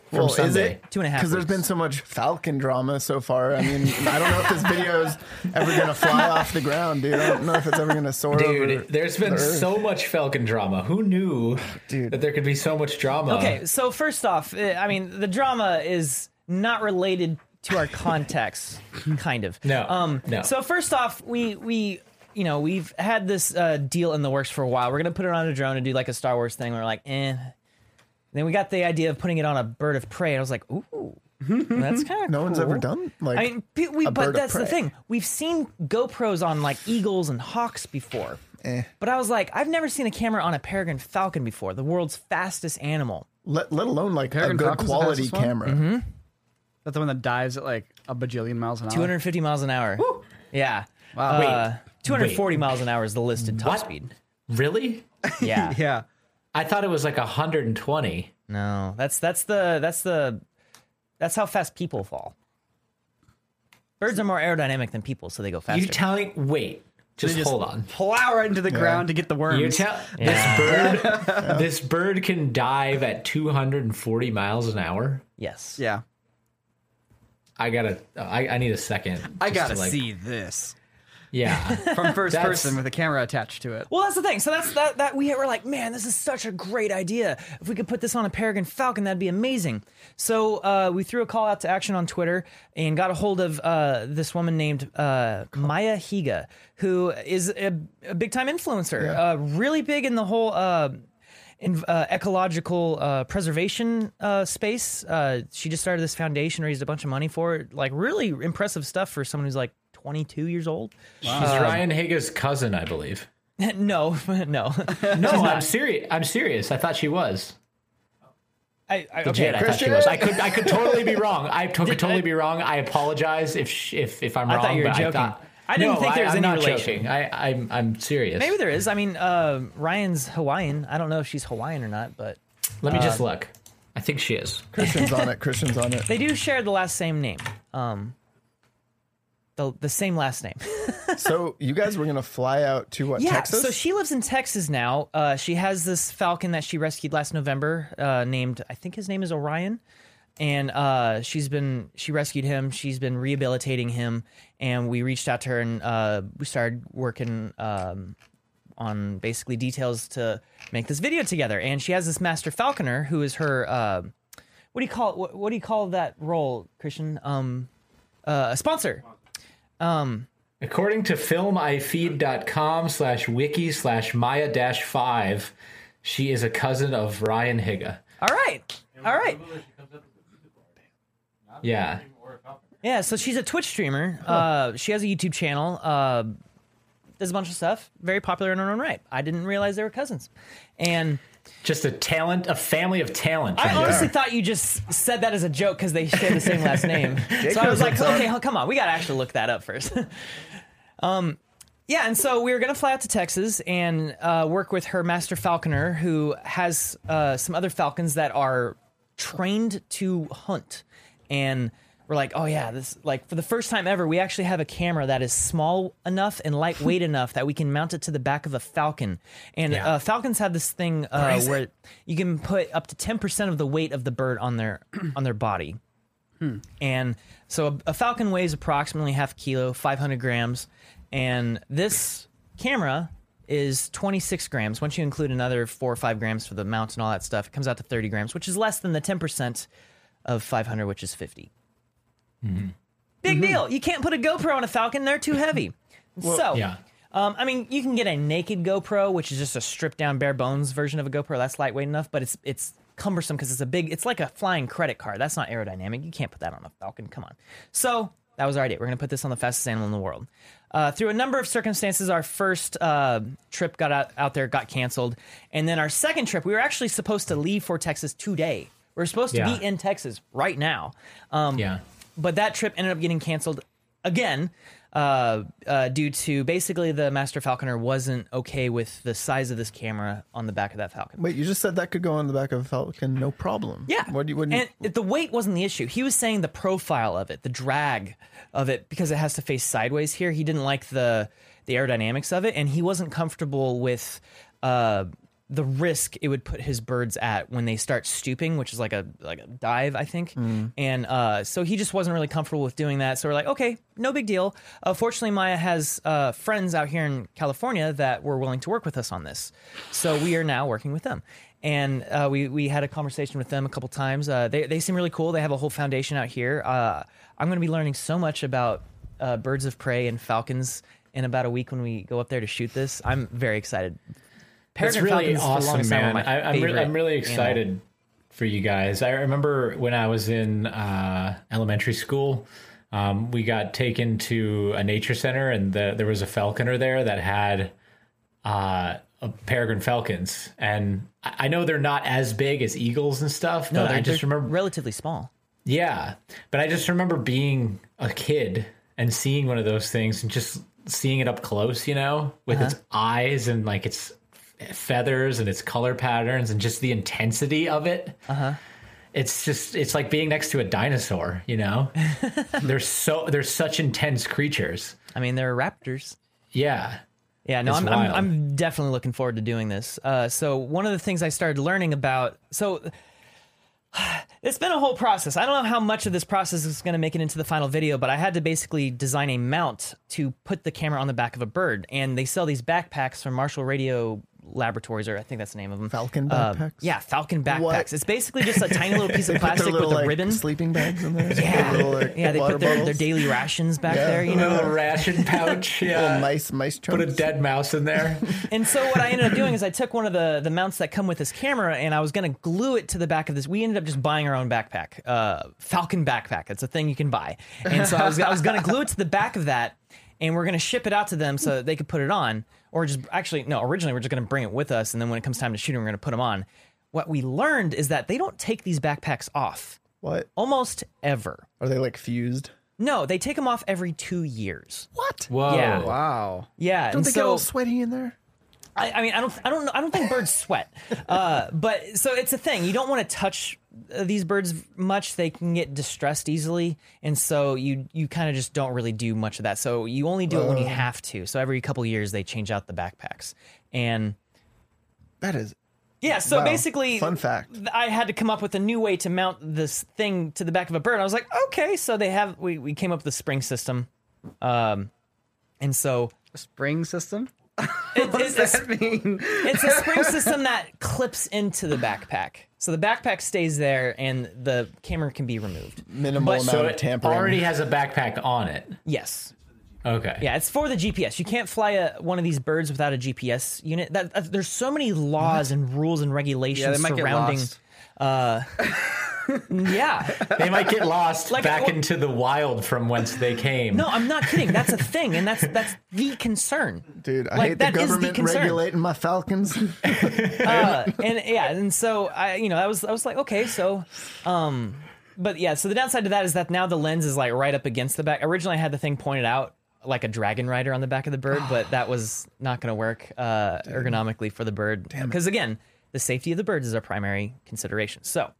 A: from
D: Well, is
A: Sunday.
D: it
C: Two and a half
D: Because there's
C: weeks.
D: been so much Falcon drama so far. I mean, I don't know if this video is ever gonna fly off the ground, dude. I don't know if it's ever gonna soar over.
A: Dude, there's been
D: the earth.
A: so much Falcon drama. Who knew
D: Dude.
A: that there could be so much drama?
C: Okay, so first off, eh, I mean the drama is not related to our context, kind of.
A: No,
C: Um.
A: no.
C: So first off, we we you know we've had this uh, deal in the works for a while. We're gonna put it on a drone and do like a Star Wars thing. We're like, eh. Then we got the idea of putting it on a bird of prey, and I was like, ooh, that's kind of
D: No one's ever done like.
C: I mean, pe- we,
D: a
C: but
D: bird of
C: that's the
D: prey.
C: thing. We've seen GoPros on like eagles and hawks before.
D: Eh.
C: But I was like, I've never seen a camera on a peregrine falcon before, the world's fastest animal.
D: let, let alone like a
B: Peregrine
D: good
B: Falcon's the
D: quality
B: fastest one?
D: camera.
A: Mm-hmm.
B: That's the one that dives at like a bajillion miles an hour.
C: 250 miles an hour. Yeah.
B: Wow.
C: Uh, 240 miles an hour is the listed top
A: What?
C: speed.
A: Really?
C: Yeah.
B: Yeah.
A: I thought it was like 120.
C: No, that's that's the that's the that's how fast people fall. Birds are more aerodynamic than people, so they go faster.
A: You telling? Wait, just, hold on.
B: Plow right into the ground to get the worms.
A: You tell this bird. this bird can dive at 240 miles an hour.
C: yes.
B: yeah.
A: I gotta. I, I need a second.
B: I
A: just
B: gotta
A: to, like-
B: see this
A: Yeah.
B: from first
A: That's-
B: person with a camera attached to it.
C: Well, that's the thing. So that's that that we were like, man, this is such a great idea. If we could put this on a Peregrine Falcon, that'd be amazing. So uh, we threw a call out to action on Twitter and got a hold of uh, this woman named uh, Maya Higa, who is a, a big time influencer, uh, really big in the whole. Uh, in, uh, ecological uh, preservation uh, space. Uh, she just started this foundation, raised a bunch of money for it. Like really impressive stuff for someone who's like 22 years old.
A: She's Ryan Higa's cousin, I believe.
C: no, no,
A: No, I'm serious. I'm serious. I thought she was.
C: I, I,
A: Legit,
C: okay.
A: I thought she was. I could. I could totally be wrong. I to- could totally be wrong. I apologize if sh- if if I'm
C: I
A: wrong.
C: thought you were
A: but
C: joking.
A: I, thought,
C: I didn't
A: No,
C: think there was
A: I'm
C: any
A: not
C: relation.
A: Joking. I, I'm I'm serious.
C: Maybe there is. I mean, uh, Ryan's Hawaiian. I don't know if she's Hawaiian or not, but
A: Let me just look. I think she is.
D: Christian's on it. Christian's on it.
C: they do share the last same name. Um, the the same last name.
D: So you guys were gonna fly out to what?
C: yeah.
D: Texas.
C: So she lives in Texas now. Uh, she has this falcon that she rescued last November, uh, named I think his name is Orion, and uh, she's been she rescued him. She's been rehabilitating him, and we reached out to her and uh, we started working. Um, on basically details to make this video together. And she has this master falconer who is her uh, what do you call what, what do you call that role, Christian? Um, uh, a sponsor.
A: According to filmifeed.com slash wiki slash Maya dash five, she is a cousin of Ryan Higa.
C: All right, all right.
A: Yeah.
C: Yeah, so she's a Twitch streamer. Uh, she has a YouTube channel. Uh, does a bunch of stuff. Very popular in her own right. I didn't realize they were cousins. And
A: Just a talent, a family of talent.
C: I
A: right there.
C: honestly thought you just said that as a joke because they share the same last name. so I was like, okay, hell, come on, we gotta actually look that up first. um, yeah, and so we were gonna fly out to Texas and uh, work with her master falconer, who has uh, some other falcons that are trained to hunt. And we're like, oh yeah, this like for the first time ever, we actually have a camera that is small enough and lightweight enough that we can mount it to the back of a falcon. And uh, falcons have this thing uh, where you can put up to ten percent of the weight of the bird on their on their body. And so a, a falcon weighs approximately half a kilo, 500 grams. And this camera is 26 grams. Once you include another four or five grams for the mount and all that stuff, it comes out to 30 grams, which is less than the 10% of 500, which is 50. Big deal. You can't put a GoPro on a falcon, they're too heavy. so.
A: yeah.
C: Um, I mean, you can get a naked GoPro, which is just a stripped down, bare bones version of a GoPro. That's lightweight enough, but it's it's cumbersome because it's a big. It's like a flying credit card. That's not aerodynamic. You can't put that on a Falcon. Come on. So that was our idea. We're gonna put this on the fastest animal in the world. Uh, through a number of circumstances, our first uh, trip got out, out there got canceled, and then our second trip, we were actually supposed to leave for Texas today. We're supposed to
A: Yeah.
C: be in Texas right now. Um,
A: Yeah.
C: But that trip ended up getting canceled again uh, uh, due to basically the Master Falconer wasn't okay with the size of this camera on the back of that Falcon.
D: Wait, you just said that could go on the back of a Falcon, no problem.
C: Yeah.
D: What do you? What do you
C: and the weight wasn't the issue. He was saying the profile of it, the drag of it, because it has to face sideways here. He didn't like the the aerodynamics of it, and he wasn't comfortable with uh, the risk it would put his birds at when they start stooping, which is like a like a dive, I think.
D: Mm.
C: And uh, so he just wasn't really comfortable with doing that. So we're like, okay, no big deal. Uh, fortunately, Maya has uh, friends out here in California that were willing to work with us on this, so we are now working with them and uh, we we had a conversation with them a couple times. Uh, they they seem really cool. They have a whole foundation out here. Uh, I'm going to be learning so much about uh, birds of prey and falcons in about a week when we go up there to shoot this. I'm very excited.
A: That's
C: Peregrine
A: really
C: falcons, for the
A: awesome,
C: longest time, were
A: man.
C: my
A: I, I'm, re-
C: favorite
A: I'm really
C: animal.
A: excited for you guys. I remember when I was in uh, elementary school, um, we got taken to a nature center, and the, there was a falconer there that had uh, a peregrine falcons. And I I know they're not as big as eagles and stuff,
C: No,
A: but
C: they're,
A: I just
C: they're
A: remember
C: relatively small.
A: yeah, but I just remember being a kid and seeing one of those things and just seeing it up close, you know, with its
D: Uh-huh.
A: eyes and like its f- feathers and its color patterns and just the intensity of it. Uh-huh. It's just it's like being next to a dinosaur, you know. they're so they're such intense creatures.
C: I mean, they're raptors.
A: Yeah.
C: Yeah, no,
A: It's
C: I'm, I'm
A: wild.
C: I'm definitely looking forward to doing this. Uh, so one of the things I started learning about, so it's been a whole process. I don't know how much of this process is going to make it into the final video, but I had to basically design a mount to put the camera on the back of a bird, and they sell these backpacks from Marshall Radio Laboratories, or I think that's the name of them.
D: Falcon
C: Uh,
D: backpacks?
C: yeah, Falcon backpacks.
D: What?
C: It's basically just a tiny little piece of
D: Put their
C: plastic
D: little,
C: with a
D: like,
C: ribbon.
D: sleeping bags in there.
C: yeah,
D: Their little, like,
C: yeah, they
D: water
C: put their, their
D: bottles.
C: daily rations back there. You know,
A: A ration pouch.
D: Little
A: Yeah.
D: Oh, mice, mice
A: Put a
D: chunks.
A: dead mouse in there.
C: and so what I ended up doing is I took one of the the mounts that come with this camera and I was going to glue it to the back of this. We ended up just buying our own backpack, uh, Falcon backpack. It's a thing you can buy, and so I was I was going to glue it to the back of that, and we're going to ship it out to them so that they could put it on, or just actually no, originally we're just going to bring it with us, and then when it comes time to shooting, we're going to put them on. What we learned is that they don't take these backpacks off
D: What?
C: almost ever.
D: Are they like fused?
C: No, they take them off every two years.
D: What?
A: Whoa.
C: Yeah.
B: Wow.
C: Yeah,
D: Don't
C: and
D: they
C: so,
D: get all sweaty in there?
C: I, I mean, I don't, I don't, know, I don't think birds sweat, uh, but so it's a thing. You don't want to touch uh, these birds much; they can get distressed easily, and so you you kind of just don't really do much of that. So you only do it when you
D: Uh.
C: have to. So every couple years, they change out the backpacks, and
D: That is
C: yeah. So
D: Wow.
C: basically,
D: Fun fact.
C: th- I had to come up with a new way to mount this thing to the back of a bird. I was like, okay, so they have. We we came up with the spring system, um, and so.
B: Spring system?
C: It, it's a
B: I mean,
C: it's a spring system that clips into the backpack. So the backpack stays there and the camera can be removed.
D: minimal
C: But-
D: amount
C: so
D: of
A: But it
D: tampering.
A: already has a backpack on it.
C: Yes.
A: Okay.
C: Yeah, it's for the GPS. You can't fly a, one of these birds without a GPS unit. That, that- there's so many laws and rules and regulations
B: yeah, they might get
C: surrounding.
B: lost.
C: Yeah.
A: They might get lost
C: Like,
A: back
C: or-
A: into the wild from whence they came.
C: No, I'm not kidding. That's a thing and that's that's the concern.
D: Dude, I
C: Like,
D: hate the
C: that is the
D: government
C: concern.
D: regulating my falcons.
C: uh, and yeah, and so I, you know, I was, I was like, okay, so, um, but yeah, so the downside to that is that now the lens is like right up against the back. Originally, I had the thing pointed out like a dragon rider on the back of the bird, but that was not going to work uh, ergonomically for the bird because again, the safety of the birds is our primary consideration. So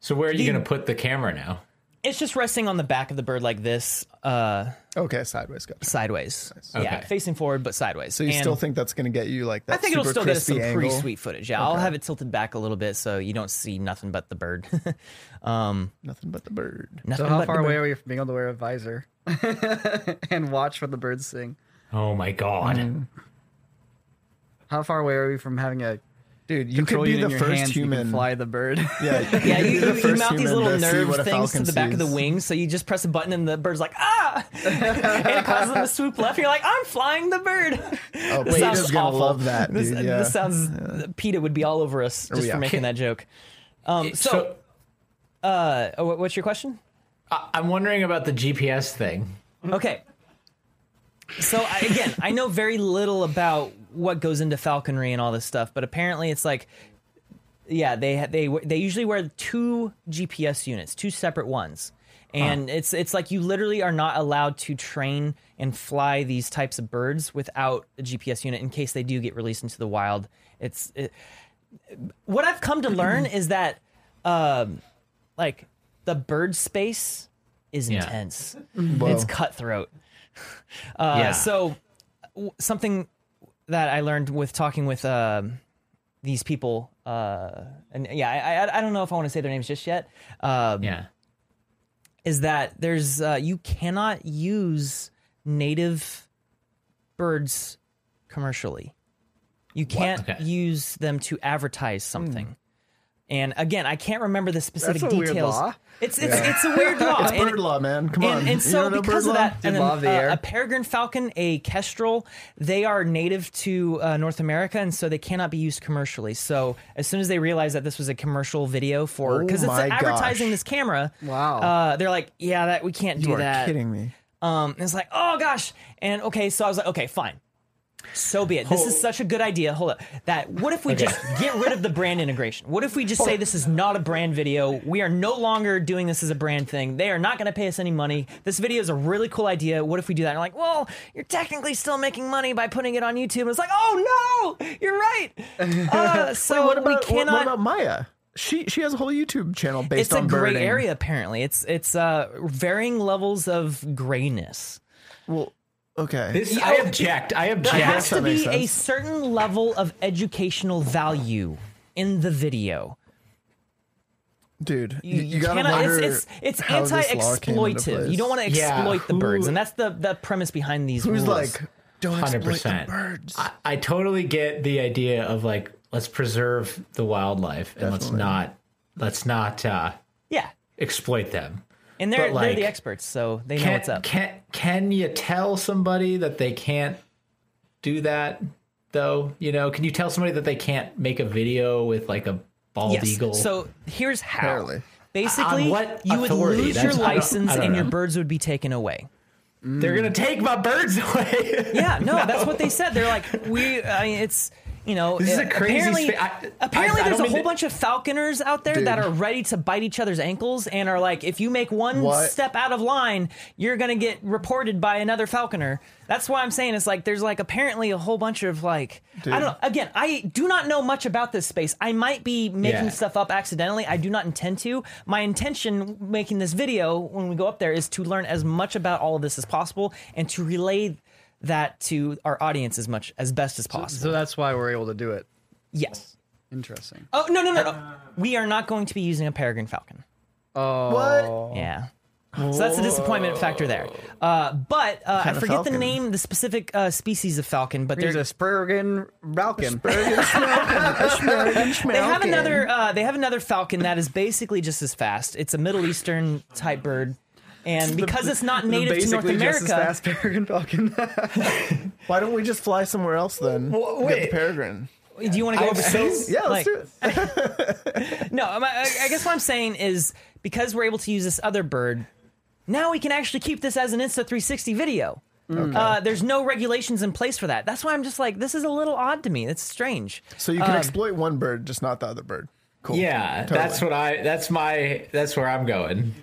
A: So where are you going to put the camera now?
C: it's just resting on the back of the bird like this, uh,
D: okay, sideways. Gotcha.
C: sideways. Yeah,
A: Okay.
C: facing forward but sideways.
D: So you still
C: And-
D: think that's going to get you like that?
C: I think it'll
D: super
C: still get us
D: crispy
C: some pretty
D: angle?
C: sweet footage. Yeah, I'll have it tilted back a little bit so you don't see nothing but the bird. um,
D: Nothing but the bird.
C: nothing
B: So how
C: but
B: far
C: the
B: away
C: bird.
B: are we from being able to wear a visor and watch for the birds sing?
A: Oh my god.
B: How far away are we from having a
D: Dude, you could
B: control
D: be
B: unit
D: the
B: in your
D: first
B: hands and you can
D: human.
B: fly the bird?
D: Yeah,
C: Yeah, you,
D: could be the
C: you, you
D: first
C: mount these
D: human
C: little
D: to see
C: nerve
D: what a
C: things to
D: falcon
C: the back of the
D: sees.
C: wings, so you just press a button and the bird's like, ah! and it causes them to swoop left. You're like, I'm flying the bird.
D: Oh,
C: This sounds
D: Peter's gonna
C: awful.
D: love that,
C: This,
D: dude. yeah.
C: this sounds. PETA would be all over us just
D: yeah.
C: for making that joke. Um, so,
A: So
C: uh, oh, what's your question?
A: I- I'm wondering about the GPS thing.
C: Okay. So I, again, I know very little about what goes into falconry and all this stuff, but apparently it's like yeah, they they they usually wear two GPS units, two separate ones, and it's it's like you literally are not allowed to train and fly these types of birds without a GPS unit in case they do get released into the wild. It's it, what I've come to learn is that, um, like the bird space is
A: Yeah.
C: intense. It's cutthroat. Uh,
A: Yeah.
C: So w- something that I learned with talking with um, these people, uh, and yeah, I, I I don't know if I want to say their names just yet. Um,
A: Yeah.
C: Is that there's uh, you cannot use native birds commercially. You can't
A: Okay.
C: use them to advertise something. And again, I can't remember the specific
B: Hmm. That's a weird
C: details.
B: law.
C: It's it's it's a weird law.
D: It's
C: Oh, and-
D: bird law, man. Come on.
C: and, and
D: you
C: so
D: don't know
C: because
D: bird
C: of
D: law?
C: that, and then,
B: love the
C: uh,
B: air.
C: a peregrine falcon, a kestrel, they are native to uh, North America, and so they cannot be used commercially. So as soon as they realized that this was a commercial video for,
D: Oh
C: because it's
D: my
C: advertising
D: gosh.
C: this camera,
B: Wow.
C: uh, they're like, yeah, that we can't do
D: you are
C: that.
D: kidding me.
C: Um, and it's like, oh gosh, and okay, so I was like, okay, fine. So be it. This is such a good idea. Hold up. That what if we just get rid of the brand integration? What if we just say this is not a brand video? We are no longer doing this as a brand thing. They are not going to pay us any money. This video is a really cool idea. What if we do that? And like, well, you're technically still making money by putting it on YouTube. It's like, oh no, you're right. Uh, so
D: What about,
C: we
D: what-
C: cannot.
D: what about Maya? She she has a whole YouTube channel based
C: it's a
D: on
C: gray
D: birding.
C: area apparently. It's it's uh, varying levels of grayness.
D: Well, okay.
A: This I object. I object.
C: There has
D: that
C: to be
D: makes
C: a
D: sense.
C: certain level of educational value in the video.
D: dude,
C: You,
D: you,
C: you
D: gotta
C: cannot,
D: wonder
C: it's it's, it's
D: how this law came into
C: anti-exploitive. You
D: place.
C: don't want to
A: Yeah,
C: exploit the birds,
A: who-
C: and that's the the premise behind these
D: Who's
C: rules.
D: like don't
A: Hundred
D: exploit the
A: percent.
D: birds?
A: I, I totally get the idea of like let's preserve the wildlife and let's not let's not uh,
C: yeah,
A: exploit them.
C: and they're
A: But,
C: they're the
A: like,
C: experts, so they know
A: Can,
C: what's up.
A: can can you tell somebody that they can't do that though? You know, can you tell somebody that they can't make a video with like a bald
C: yes.
A: eagle?
C: So here's how.
D: Apparently.
C: Basically,
A: On what
C: you would
A: authority?
C: lose your
A: That's- I don't- I
C: license
A: don't
C: and your
A: know.
C: birds would be taken away.
A: Mm. they're gonna take my birds away.
C: Yeah, no, that's what they said. They're like, we. I mean, it's you know,
A: This is
C: uh,
A: a crazy
C: Apparently,
A: spa- I-
C: apparently
A: I- I
C: there's
A: don't
C: a
A: mean
C: whole
A: to-
C: bunch of falconers out there that
D: Dude.
C: are ready to bite each other's ankles and are like, if you make one
D: What?
C: step out of line, you're gonna get reported by another falconer. That's why I'm saying it's like there's like apparently a whole bunch of like I
D: Dude.
C: don't know. Again, I do not know much about this space. I might be making
A: Yeah.
C: stuff up accidentally. I do not intend to. My intention making this video when we go up there is to learn as much about all of this as possible and to relay that to our audience as much as best as possible.
B: So that's why we're able to do it.
C: yes.
B: Interesting.
C: Oh no no no no. We are not going to be using a peregrine falcon.
A: Oh.
D: What?
C: Yeah. So that's the disappointment factor there. Uh, but uh, I
D: kind of
C: forget the
D: falcon?
C: name, the specific uh, species of falcon, but
B: There's
C: they're-
B: a Spurgen Balkan.
C: they have another uh, they have another falcon that is basically just as fast. It's a Middle Eastern type bird. And because it's not native to North
B: Basically just
C: America,
B: as fast Peregrine Falcon.
D: Why don't we just fly somewhere else then?
A: Wha-
D: Get the
A: wait.
D: peregrine.
C: do you want to go
A: I-
C: over
A: so-
C: space?
D: Yeah, let's
C: Like-
D: do it.
C: No, I, I- I guess what I'm saying is because we're able to use this other bird, now we can actually keep this as an Insta 360 video. Uh, there's no regulations in place for that. That's why I'm just like, this is a little odd to me. It's strange.
D: So you can exploit one bird, just not the other bird. Cool.
A: Yeah, that's what I. That's my. That's where I'm going.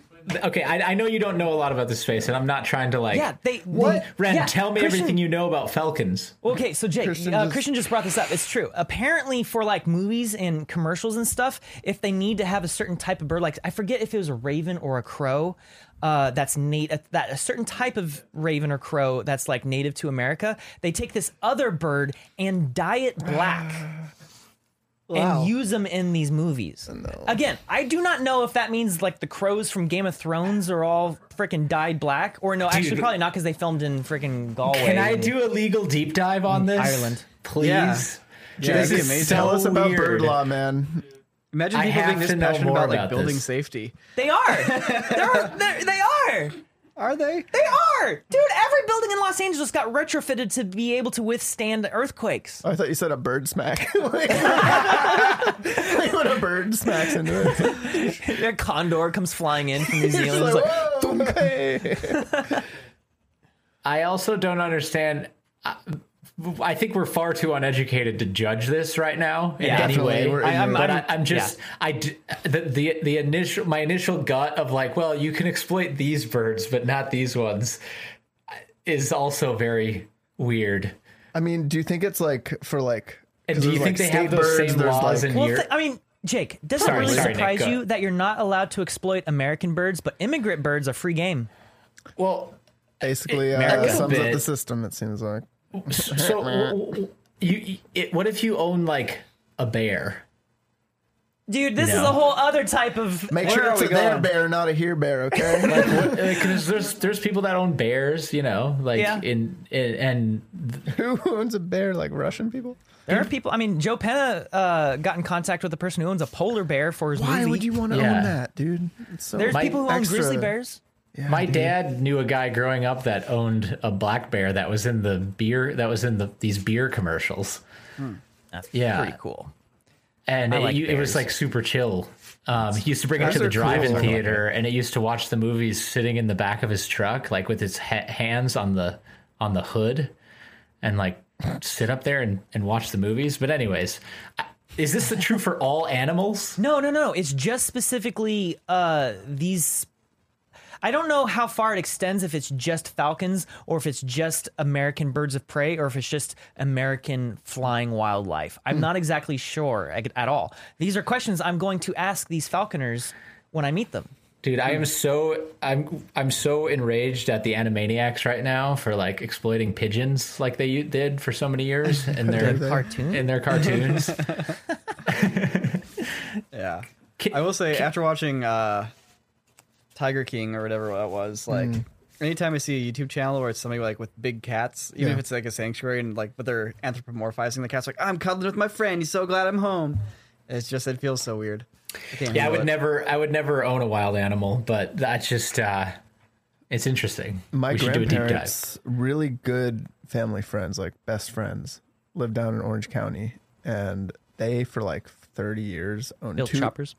A: Okay, I, I know you don't know a lot about this space, and I'm not trying to like.
C: Yeah, they
A: What? Ren,
C: yeah,
A: tell me
C: Christian-
A: everything you know about falcons.
C: Okay, so Jake,
D: Christian
C: uh,
D: just-
C: Christian just brought this up. It's true. Apparently, for like movies and commercials and stuff, if they need to have a certain type of bird, like I forget if it was a raven or a crow, uh, that's native. That a certain type of raven or crow that's like native to America, they take this other bird and dye it black. And use them in these movies. Again, I do not know if that means like the crows from Game of Thrones are all freaking dyed black, or no, actually
A: Dude.
C: probably not because they filmed in freaking Galway.
A: Can I
C: and-
A: do a legal deep dive on this?
C: Mm, Ireland.
A: please.
B: Yeah.
A: This
D: that'd be
A: is
D: amazing.
A: so
D: Tell us about
A: weird.
D: bird law, man.
B: Imagine
A: I
B: people
A: have
B: being this
A: to know
B: passionate
A: more
B: about,
A: about
B: like building
A: this.
B: safety.
C: They are. They're, they're, they are.
B: Are they?
C: They are. Dude, every building in Los Angeles got retrofitted to be able to withstand earthquakes.
D: Oh, I thought you said a bird smack. like, like when a bird smacks into it.
C: A condor comes flying in from New
D: You're
C: Zealand. It's
D: just
C: like,
D: "Whoa, hey."
A: I also don't understand. I- uh, I think we're far too uneducated to judge this right now in
C: Yeah.
A: any
D: Definitely,
A: way.
D: we're
A: I, am
D: ignorant.
A: but I, I'm just I d- the, the the initial my initial gut of like, well, you can exploit these birds, but not these ones, is also very weird.
D: I mean, do you think it's like for like?
A: And
D: 'cause
A: do you
D: there's,
A: think
D: like,
A: they have
D: state
A: those
D: birds,
A: same
D: there's,
A: laws
D: like-
A: in
C: Well,
A: Europe?
C: th- I mean, Jake, doesn't
A: Sorry,
C: it really
A: sorry, Nick,
C: surprise
A: go.
C: you that you're not allowed to exploit American birds, but immigrant birds are free game?
A: well,
D: basically uh,
A: America.
D: sums up
A: Bit.
D: the system. It seems like.
A: so w- w- you it, what if you own like a bear?
C: Dude, this is
A: No.
C: a whole other type of.
D: Make
C: Where
D: sure
C: are
D: it's
C: we
D: a there
C: going?
D: bear, not a here bear. Okay.
A: Because there's there's people that own bears, you know, like
C: Yeah.
A: in, in and
D: Who owns a bear? Like Russian people?
C: There are people. I mean, Joe Penna uh, got in contact with the person who owns a polar bear for his
D: Why
C: movie.
D: would you want to
A: Yeah.
D: own that, dude? It's so
C: There's
A: My-
C: people who own
D: extra.
C: grizzly bears.
A: My dad knew a guy growing up that owned a black bear that was in the beer that was in the these beer commercials,
C: That's
A: Yeah.
C: pretty cool.
A: and
C: I
A: it,
C: like
A: you- it was
C: bears.
A: like super chill. Um, he used to bring it
D: Bears
A: to the
D: are cool.
A: drive-in
D: I like
A: theater, and it used to watch the movies sitting in the back of his truck, like with his ha- hands on the on the hood, and like sit up there and, and watch the movies. But anyways, I- is this the true for all animals?
C: No, no, no. It's just specifically uh, these. I don't know how far it extends if it's just falcons or if it's just American birds of prey or if it's just American flying wildlife. I'm not exactly sure ag- at all. These are questions I'm going to ask these falconers when I meet them.
A: Dude,
D: Hmm.
A: I am so I'm I'm so enraged at the Animaniacs right now for like exploiting pigeons like they u- did for so many years in their
C: Cartoon?
A: in their cartoons.
B: Yeah. I will say, after watching uh, Tiger King or whatever that
D: Hmm.
B: was, like anytime I see a YouTube channel where it's somebody like with big cats, even
D: Yeah.
B: if it's like a sanctuary and like, but they're anthropomorphizing the cats, like I'm cuddling with my friend. He's so glad I'm home. It's just it feels so weird. I can't
A: yeah, I
B: handle
A: would
B: it.
A: never I would never own a wild animal, but that's just uh it's interesting.
D: My
A: we should do a deep dive.
D: grandparents, really good family friends, like best friends, lived down in Orange County, and they for like thirty years owned
C: Built
D: two
C: choppers.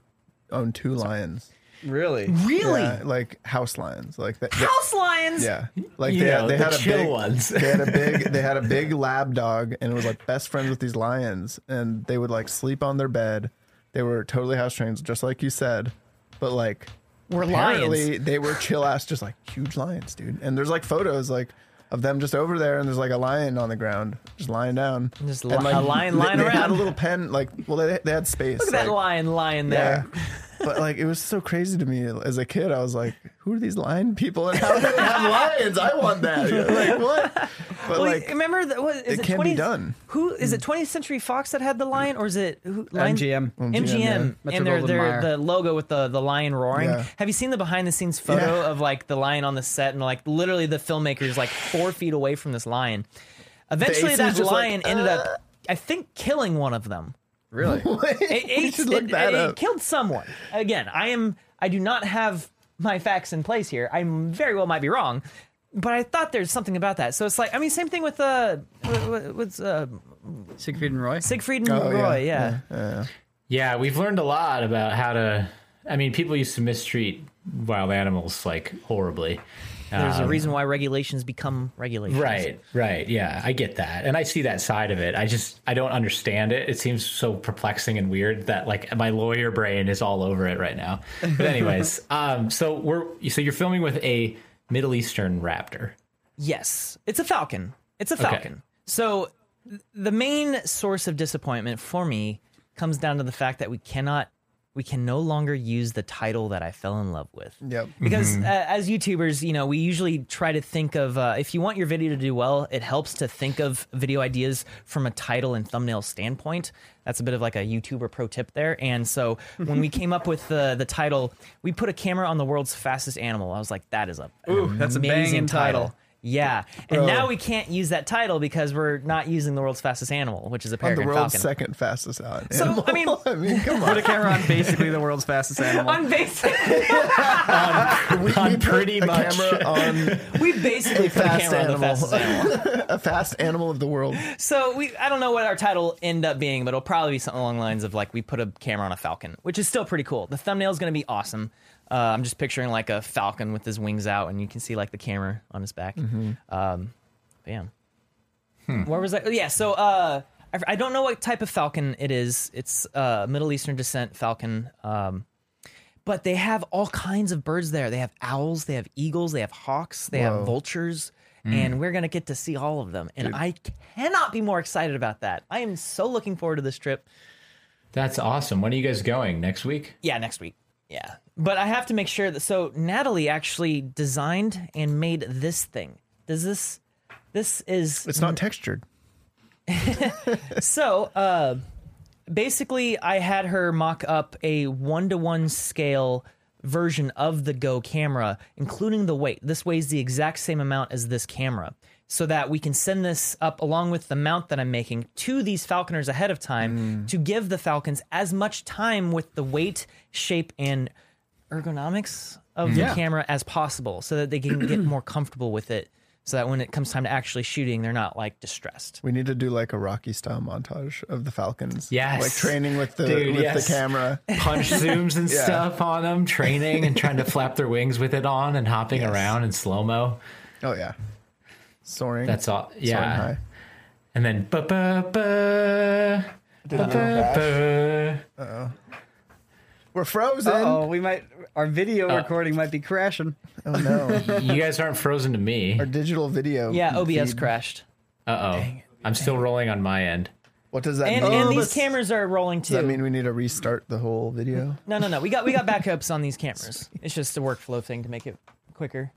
D: owned two lions.
B: really.
C: Really?
D: Yeah, like house lions, like that.
C: House lions.
D: Yeah, like
A: You
D: they,
A: know,
D: they
A: the
D: had a
A: chill
D: big
A: ones.
D: they had a big they had a big lab dog and it was like best friends with these lions and they would like sleep on their bed. They were totally house trained, just like you said, but like
C: We're
D: apparently
C: lions.
D: they were chill ass, just like huge lions, dude. And there's like photos like of them just over there and there's like a lion on the ground just lying down.
C: Just
D: And,
C: li- a lion
D: they-
C: lying
D: they Had
C: around.
D: a little pen like well they they had space.
C: Look at that
D: like,
C: lion lying there.
D: but like it was so crazy to me as a kid. I was like, "Who are these lion people? And how do they have lions? I want that." Like what? But
C: Well,
D: like
C: remember that what is it,
D: it can be
C: 20th
D: done.
C: Who is it 20th Century Fox that had the lion or is it who, lion?
B: MGM.
C: MGM
B: yeah.
C: and
B: Metro
C: their their
B: Goldwyn
C: the
B: Mayer.
C: logo with the the lion roaring.
D: Yeah.
C: Have you seen the behind the scenes photo
D: Yeah.
C: of like the lion on the set and like literally the filmmakers like 4 feet away from this lion.
D: AC
C: Eventually
D: 's
C: that
D: just like, "Uh."
C: lion ended up I think killing one of them.
B: Really?
C: It,
D: we
C: ate-
D: should look
C: it-
D: that
C: it
D: up.
C: killed someone. Again, I am I do not have my facts in place here. I very well might be wrong, but I thought there's something about that. So it's like I mean, same thing with uh with, with uh,
B: Siegfried and Roy.
C: Siegfried and
D: Oh, yeah.
C: Roy. Yeah.
A: Yeah, we've learned a lot about how to I mean, people used to mistreat wild animals like horribly.
C: there's a
A: Um,
C: reason why regulations become regulations.
A: Right, right. Yeah, I get that. And I see that side of it. I just I don't understand it. It seems so perplexing and weird that like my lawyer brain is all over it right now. But anyways, um so we're so you're filming with a Middle Eastern raptor.
C: Yes, it's a falcon. It's a falcon. So th- the main source of disappointment for me comes down to the fact that we cannot we can no longer use the title that I fell in love with.
D: Yep.
C: Because uh, as YouTubers, you know, we usually try to think of uh, if you want your video to do well, it helps to think of video ideas from a title and thumbnail standpoint. That's a bit of like a YouTuber pro tip there. And so when we came up with the the title, we put a camera on the world's fastest animal. I was like, that is a an
B: Ooh, that's a
C: amazing
B: banging title.
C: title. Yeah, and now we can't use that title because we're not using the world's fastest animal, which is a
D: I'm the
C: peregrine
D: world's
C: falcon.
D: second fastest out.
C: So,
D: animal.
C: I mean-
D: I mean, come
B: Put a
D: on.
B: camera on basically the world's fastest animal.
C: on basic,
D: We,
A: on
D: we put
A: pretty
D: a
A: much-
D: camera on
C: we basically put a
D: fast
C: camera on the
D: animal.
C: fastest animal.
D: a fast animal of the world.
C: So we, I don't know what our title end up being, but it'll probably be something along the lines of like we put a camera on a falcon, which is still pretty cool. The thumbnail is going to be awesome. Uh, I'm just picturing like a falcon with his wings out, and you can see like the camera on his back. Um, but yeah. Where was I? Oh, yeah. So uh, I, I don't know what type of falcon it is. It's uh, Middle Eastern descent falcon. Um, but they have all kinds of birds there. They have owls. They have eagles. They have hawks. They have vultures. And we're gonna get to see all of them, and I cannot be more excited about that. I am so looking forward to this trip.
E: That's awesome. When are you guys going? Next week?
C: Yeah, next week. Yeah. But I have to make sure that so Natalie actually designed and made this thing. Does this this is
D: It's not textured.
C: so uh basically I had her mock up a 1 to 1 scale version of the Go camera including the weight. This weighs the exact same amount as this camera so that we can send this up along with the mount that I'm making to these falconers ahead of time to give the falcons as much time with the weight, shape and ergonomics of the camera as possible so that they can get more comfortable with it so that when it comes time to actually shooting they're not like distressed
D: We need to do like a Rocky style montage of the Falcons.
E: Yes.
D: Like training with the
E: Dude,
D: with
E: yes.
D: the camera.
E: Punch zooms and stuff on them, training and trying to flap their wings with it on and hopping around in slow mo.
D: Oh yeah. Soaring.
E: That's all.
D: soaring
E: Yeah.
D: high.
E: And then ba ba ba ba ba ba.
D: We're frozen.
B: Oh, we might. Our video recording might be crashing.
D: Oh no.
E: You guys aren't frozen to me.
D: Our digital video.
C: yeah obs
D: feed.
C: crashed
E: Uh oh. I'm still rolling on my end.
D: What does that
C: and,
D: mean? Oh,
C: and
D: Does
C: these cameras are rolling too
D: that mean we need to restart the whole video?
C: no no no we got we got backups on these cameras it's just a workflow thing to make it quicker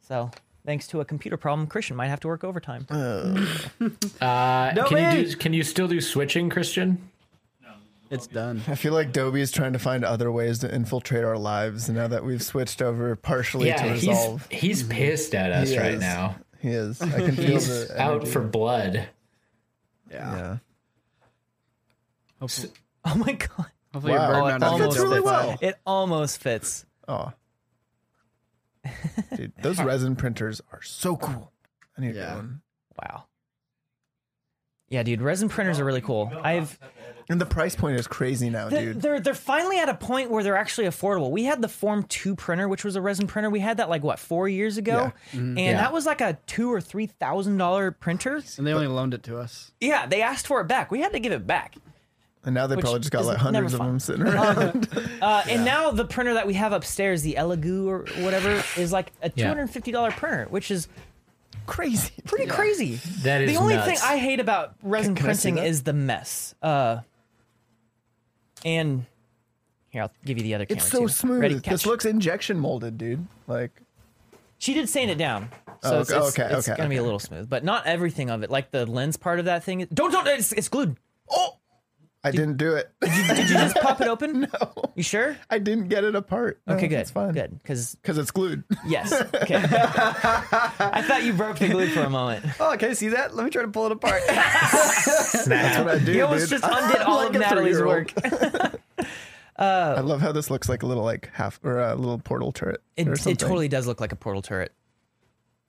C: so thanks to a computer problem christian might have to work overtime
E: Uh, can
B: way.
E: you do, can you still do switching, Christian?
B: It's done.
D: I feel like Dobie is trying to find other ways to infiltrate our lives and now that we've switched over partially to
E: he's Mm-hmm.
D: resolve.
E: he's pissed at us
D: He
E: right
D: is.
E: now.
D: He is. I can feel
E: He's
D: the
E: out
D: energy.
E: for blood.
B: Yeah.
D: Yeah.
C: oh my god
B: Hopefully
D: Wow.
B: your
D: Oh,
B: bird
D: that
B: man
D: fits really well.
C: it almost fits
D: Oh. Dude, those resin printers are so cool. I need
B: Yeah.
D: one.
C: wow yeah dude resin printers are really cool i've
D: And the price point is crazy now,
C: They're-
D: dude.
C: They're they're finally at a point where they're actually affordable. We had the Form Two printer, which was a resin printer. We had that like what four years ago, and that was like a two or three thousand dollar printer.
B: And they only loaned it to us.
C: Yeah, they asked for it back. We had to give it back.
D: And now they
C: Which
D: probably just got
C: is
D: like
C: never
D: hundreds of
C: fun.
D: them sitting around.
C: Uh, And now the printer that we have upstairs, the Elegoo or whatever, is like a two
E: Yeah.
C: hundred and fifty dollar printer, which is
D: crazy.
C: pretty crazy.
E: That is
C: the only
E: nuts.
C: thing I hate about resin
D: can I see
C: printing
D: that?
C: is the mess. Uh, and here I'll give you the other. Camera
D: It's so
C: too.
D: smooth.
C: Ready, catch.
D: this looks injection molded, dude. Like
C: She did sand it down, so
D: Oh,
C: it's,
D: okay,
C: it's,
D: okay,
C: it's
D: okay,
C: gonna be a
D: okay.
C: little smooth, but not everything of it. Like the lens part of that thing. Don't don't. It's, it's glued.
D: I didn't do it.
C: Did you just pop it open? No. You sure?
D: I didn't get it apart. No,
C: Okay, good.
D: It's fine.
C: Good, because
D: Because it's glued.
C: yes. Okay. I thought you broke the glue for a moment.
B: Oh, can I see that? Let me try to pull it apart.
D: That's what I do.
C: You almost
D: dude.
C: just undid all
D: Like
C: of
D: a
C: Natalie's
D: three-year-old.
C: work.
D: I love how this looks like a little like half or a little portal turret.
C: It,
D: or
C: it
D: something.
C: totally does look like a portal turret.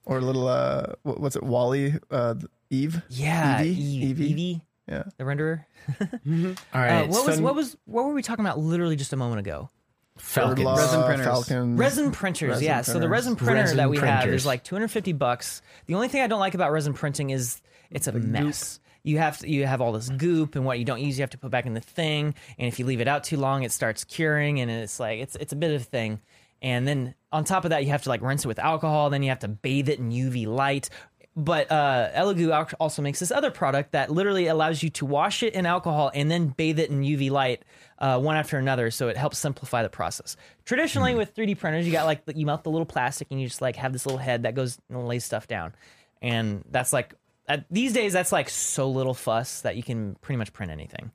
D: or a little uh wh- what's it, Wally? Uh Eve?
C: Yeah, E
D: Evie?
C: Eve-
D: Evie?
C: Evie,
D: Yeah.
C: the renderer.
E: All
C: Uh,
E: right.
C: what
E: so
C: was what was what were we talking about? Literally just a moment ago.
E: Falcons?
D: Birdlaw,
B: Resin printers.
D: Falcons. uh,
C: Resin printers,
D: Resin
C: yeah. So the
D: printers.
C: resin printer
E: Resin
C: that we have
E: printers.
C: is like 250 bucks. The only thing I don't like about resin printing is it's a mess. You have to, you have all this goop and what you don't use you have to put back in the thing, and if you leave it out too long, it starts curing and it's like it's it's a bit of a thing. And then on top of that, you have to like rinse it with alcohol, then you have to bathe it in UV light. But uh, Elegoo al- also makes this other product that literally allows you to wash it in alcohol and then bathe it in UV light uh, one after another, so it helps simplify the process.
E: Hmm.
C: Traditionally, with 3D printers, you got like the- you melt the little plastic and you just like have this little head that goes and lays stuff down, and that's like uh, these days that's like so little fuss that you can pretty much print anything.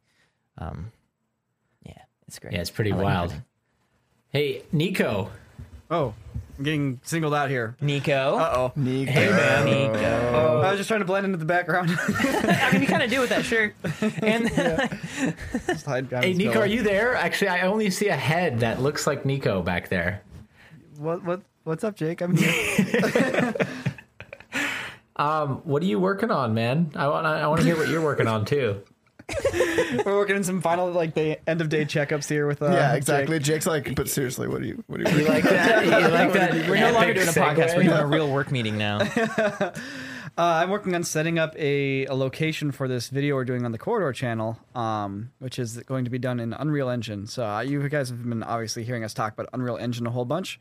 C: Um, yeah, it's great.
E: Yeah, it's pretty
C: I like
E: wild.
C: printing.
E: Hey, Nico.
B: oh, I'm getting singled out here.
C: Nico,
B: Uh oh.
D: Nico.
C: Nico.
B: I was just trying to blend into the background.
C: I mean, you kind of do with that shirt, and
B: Just hide behind
E: Hey,
B: this
E: Nico,
B: pillow.
E: are you there? Actually, I only see a head that looks like Nico back there.
B: What, what, what's up, Jake? I'm here.
E: Um, what are you working on, man? I want I want to hear what you're working on too.
B: We're working in some final, like, the end of day checkups here with uh,
D: Yeah,
B: Jake.
D: exactly. Jake's like, but seriously, what do you what do you
E: You like that? You like that?
C: we're no longer
E: epic
C: doing a
E: segue?
C: podcast. We're doing a real work meeting now.
B: Uh, I'm working on setting up a, a location for this video we're doing on the Corridor channel, um, which is going to be done in Unreal Engine. So uh, you guys have been obviously hearing us talk about Unreal Engine a whole bunch.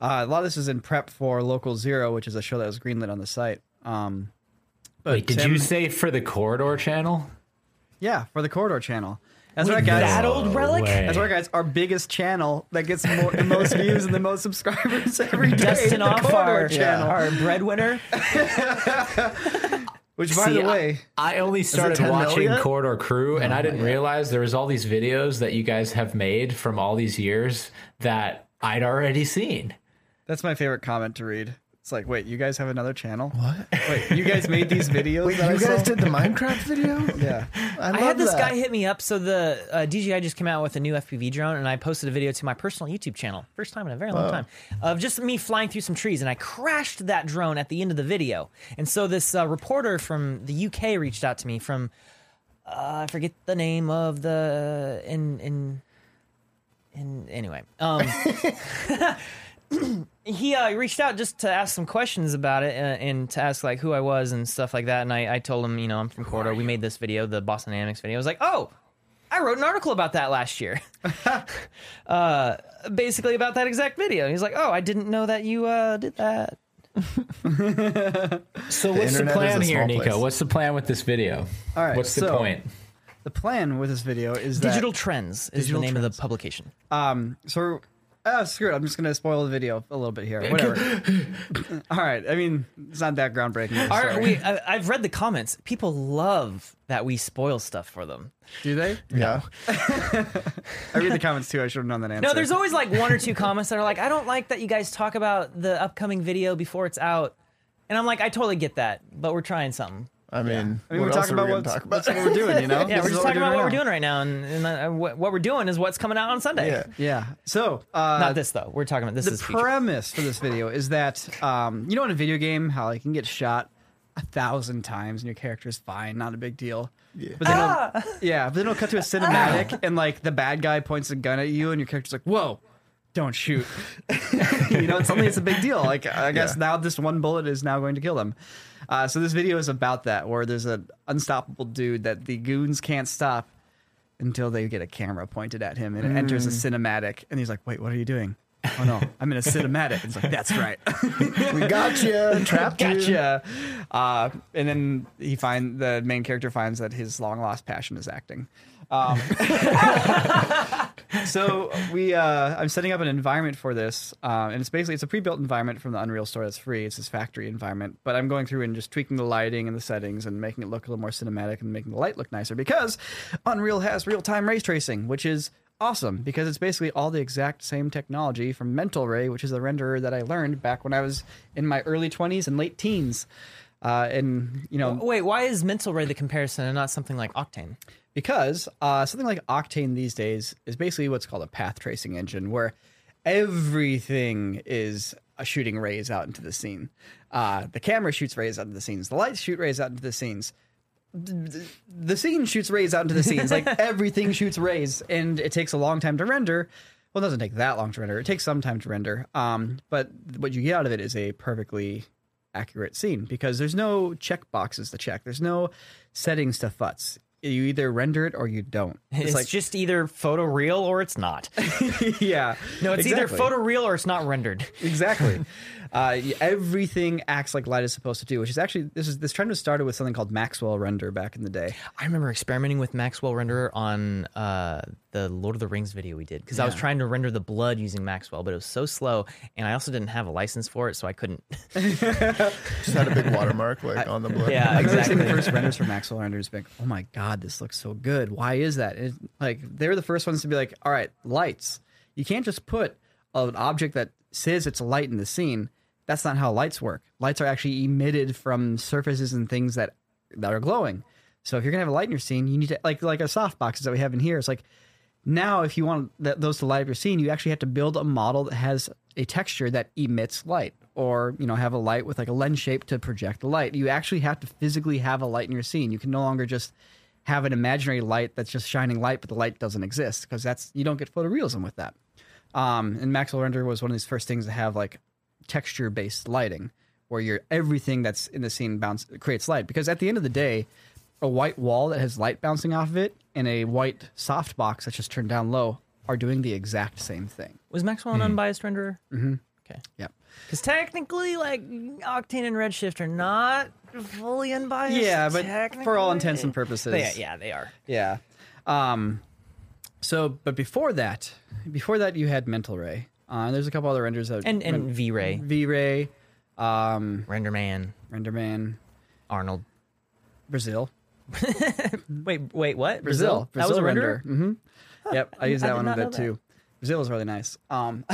B: Uh, a lot of this is in prep for Local Zero, which is a show that was greenlit on the site. Um, but
A: Wait, did
B: Tim-
A: you say for the corridor channel?
B: Yeah, for the Corridor channel. That's right, guys.
C: that old relic.
A: way.
B: That's right, guys. Our biggest channel that gets more, the most views and the most subscribers every day.
C: Dustin
B: the
C: off
B: Corridor
C: our,
B: channel.
C: our breadwinner.
B: Which, by
A: See,
B: the
A: I-
B: way,
A: I, only started
D: 10 mil
A: watching
D: yet?
A: Corridor Crew, and I didn't realize there was all these videos that you guys have made from all these years that I'd already seen.
B: That's my favorite comment to read. It's like, wait, you guys have another channel? What? Wait, you guys made these videos?
D: Wait, you
B: that I
D: guys
B: saw?
D: did the Minecraft video?
B: Yeah.
D: I,
C: I
D: love
C: had this
D: that.
C: guy hit me up. So the uh, DJI just came out with a new FPV drone, and I posted a video to my personal YouTube channel, first time in a very long time, of just me flying through some trees, and I crashed that drone at the end of the video. And so this uh, reporter from the UK reached out to me from uh, I forget the name of the in in in anyway. Um, he uh, reached out just to ask some questions about it uh, and to ask like who I was and stuff like that. And I, I told him, you know, I'm from Corridor. We made this video, the Boston Dynamics video. I was like, oh, I wrote an article about that last year, uh, basically about that exact video. And he's like, oh, I didn't know that you uh, did that.
A: So what's the
D: internet
A: plan
D: is a
A: here,
D: small
A: Nico?
D: place.
A: What's the plan with this video?
B: All right,
A: What's the
B: so-
A: point?
B: The plan with this video is that
C: Digital Trends is
B: Digital
C: the name of
B: Trends.
C: the publication.
B: Um, so, oh, screw it. I'm just going to spoil the video a little bit here. Whatever. All right. I mean, it's not that groundbreaking. of a
C: Our,
B: story.
C: we, I, I've read the comments. People love that we spoil stuff for them.
B: Do they?
D: Yeah.
B: I read the comments too. I should have known that answer.
C: No, there's always like one or two comments that are like, I don't like that you guys talk about the upcoming video before it's out. And I'm like, I totally get that, but we're trying something.
D: I mean,
B: I mean,
D: what
B: we're
D: else
B: talking
D: are
B: about
D: we
B: what,
D: gonna talk about?
B: that's what we're doing, you know?
C: Yeah,
B: This
C: we're
B: is
C: just talking about what we're
B: now.
C: doing right now, and, and uh, what, what we're doing is what's coming out on Sunday.
D: Yeah.
B: Yeah. So, uh,
C: Not this though. We're talking about this
B: the
C: is future.
B: premise for this video is that um, you know in a video game how like you can get shot a thousand times and your character's fine, not a big deal. Yeah. But then it'll, yeah, but then it'll cut to a cinematic and like the bad guy points a gun at you and your character's like, "Whoa, don't shoot!" you know, it's something that's a big deal. Like I guess now this one bullet is now going to kill them. Uh, so this video is about that, where there's an unstoppable dude that the goons can't stop until they get a camera pointed at him and it enters a cinematic and he's like wait what are you doing oh no i'm in a cinematic it's like that's right
D: We got you. Trapped you.
B: gotcha uh, and then he find the main character finds that his long lost passion is acting um, so we uh, i'm setting up an environment for this uh, and it's basically it's a pre-built environment from the unreal store that's free it's this factory environment but i'm going through and just tweaking the lighting and the settings and making it look a little more cinematic and making the light look nicer because unreal has real-time ray tracing which is awesome because it's basically all the exact same technology from mental ray which is the renderer that i learned back when i was in my early 20s and late teens uh, and you know
C: Wait, why is Mental Ray the comparison and not something like Octane?
B: because uh, something like Octane these days is basically what's called a path tracing engine, where everything is uh, shooting rays out into the scene. Uh, the camera shoots rays out into the scenes. The lights shoot rays out into the scenes. Th- th- The scene shoots rays out into the scenes. Like everything shoots rays, and it takes a long time to render. Well, it doesn't take that long to render. It takes some time to render. Um, but what you get out of it is a perfectly accurate scene because there's no check boxes to check. There's no settings to futz. You either render it or you don't.
C: It's,
B: It's, like
C: just either photoreal or it's not.
B: yeah,
C: No, it's either
B: Exactly.
C: photoreal or it's not rendered.
B: exactly. uh, y- everything acts like light is supposed to do, which is actually this is this trend was started with something called Maxwell render back in the day.
C: I remember experimenting with Maxwell renderer on uh, the Lord of the Rings video we did because I was trying to render the blood using Maxwell, but it was so slow, and I also didn't have a license for it, so I couldn't.
D: Just had a big watermark like on the blood.
C: Yeah,
B: I remember
C: exactly.
B: seeing the first renders for Maxwell renders, being, oh my god, this looks so good. Why is that? It, like they're the first ones to be like, all right, lights. You can't just put an object that says it's a light in the scene. That's not how lights work. Lights are actually emitted from surfaces and things that that are glowing. So if you're gonna have a light in your scene, you need to like like our soft boxes that we have in here. It's like now if you want th- those to light up your scene you actually have to build a model that has a texture that emits light or you know have a light with like a lens shape to project the light you actually have to physically have a light in your scene you can no longer just have an imaginary light that's just shining light but the light doesn't exist because that's you don't get photorealism with that um, and maxwell render was one of these first things to have like texture based lighting where your everything that's in the scene bounce creates light. Because at the end of the day, a white wall that has light bouncing off of it and a white soft box that's just turned down low are doing the exact same thing.
C: Was Maxwell
B: Hmm.
C: an unbiased renderer?
B: Mm.
C: Mm-hmm. Okay.
B: Yep.
C: Because technically, like Octane and Redshift are not fully unbiased.
B: Yeah, but for all
C: technically.
B: intents and purposes,
C: They- yeah, they are.
B: Yeah. Um, so, but before that, before that, you had Mental Ray. Uh, and there's a couple other renders that
C: And and V Ray,
B: V Ray, um,
C: Renderman,
B: Renderman,
C: Arnold.
B: Brazil,
C: Wait, wait, what? That
B: Brazil
C: was a
B: render.
C: renderer.
B: hmm Yep, I use
C: I
B: that
C: did
B: one a
C: not know
B: bit too. Brazil is really nice. Um,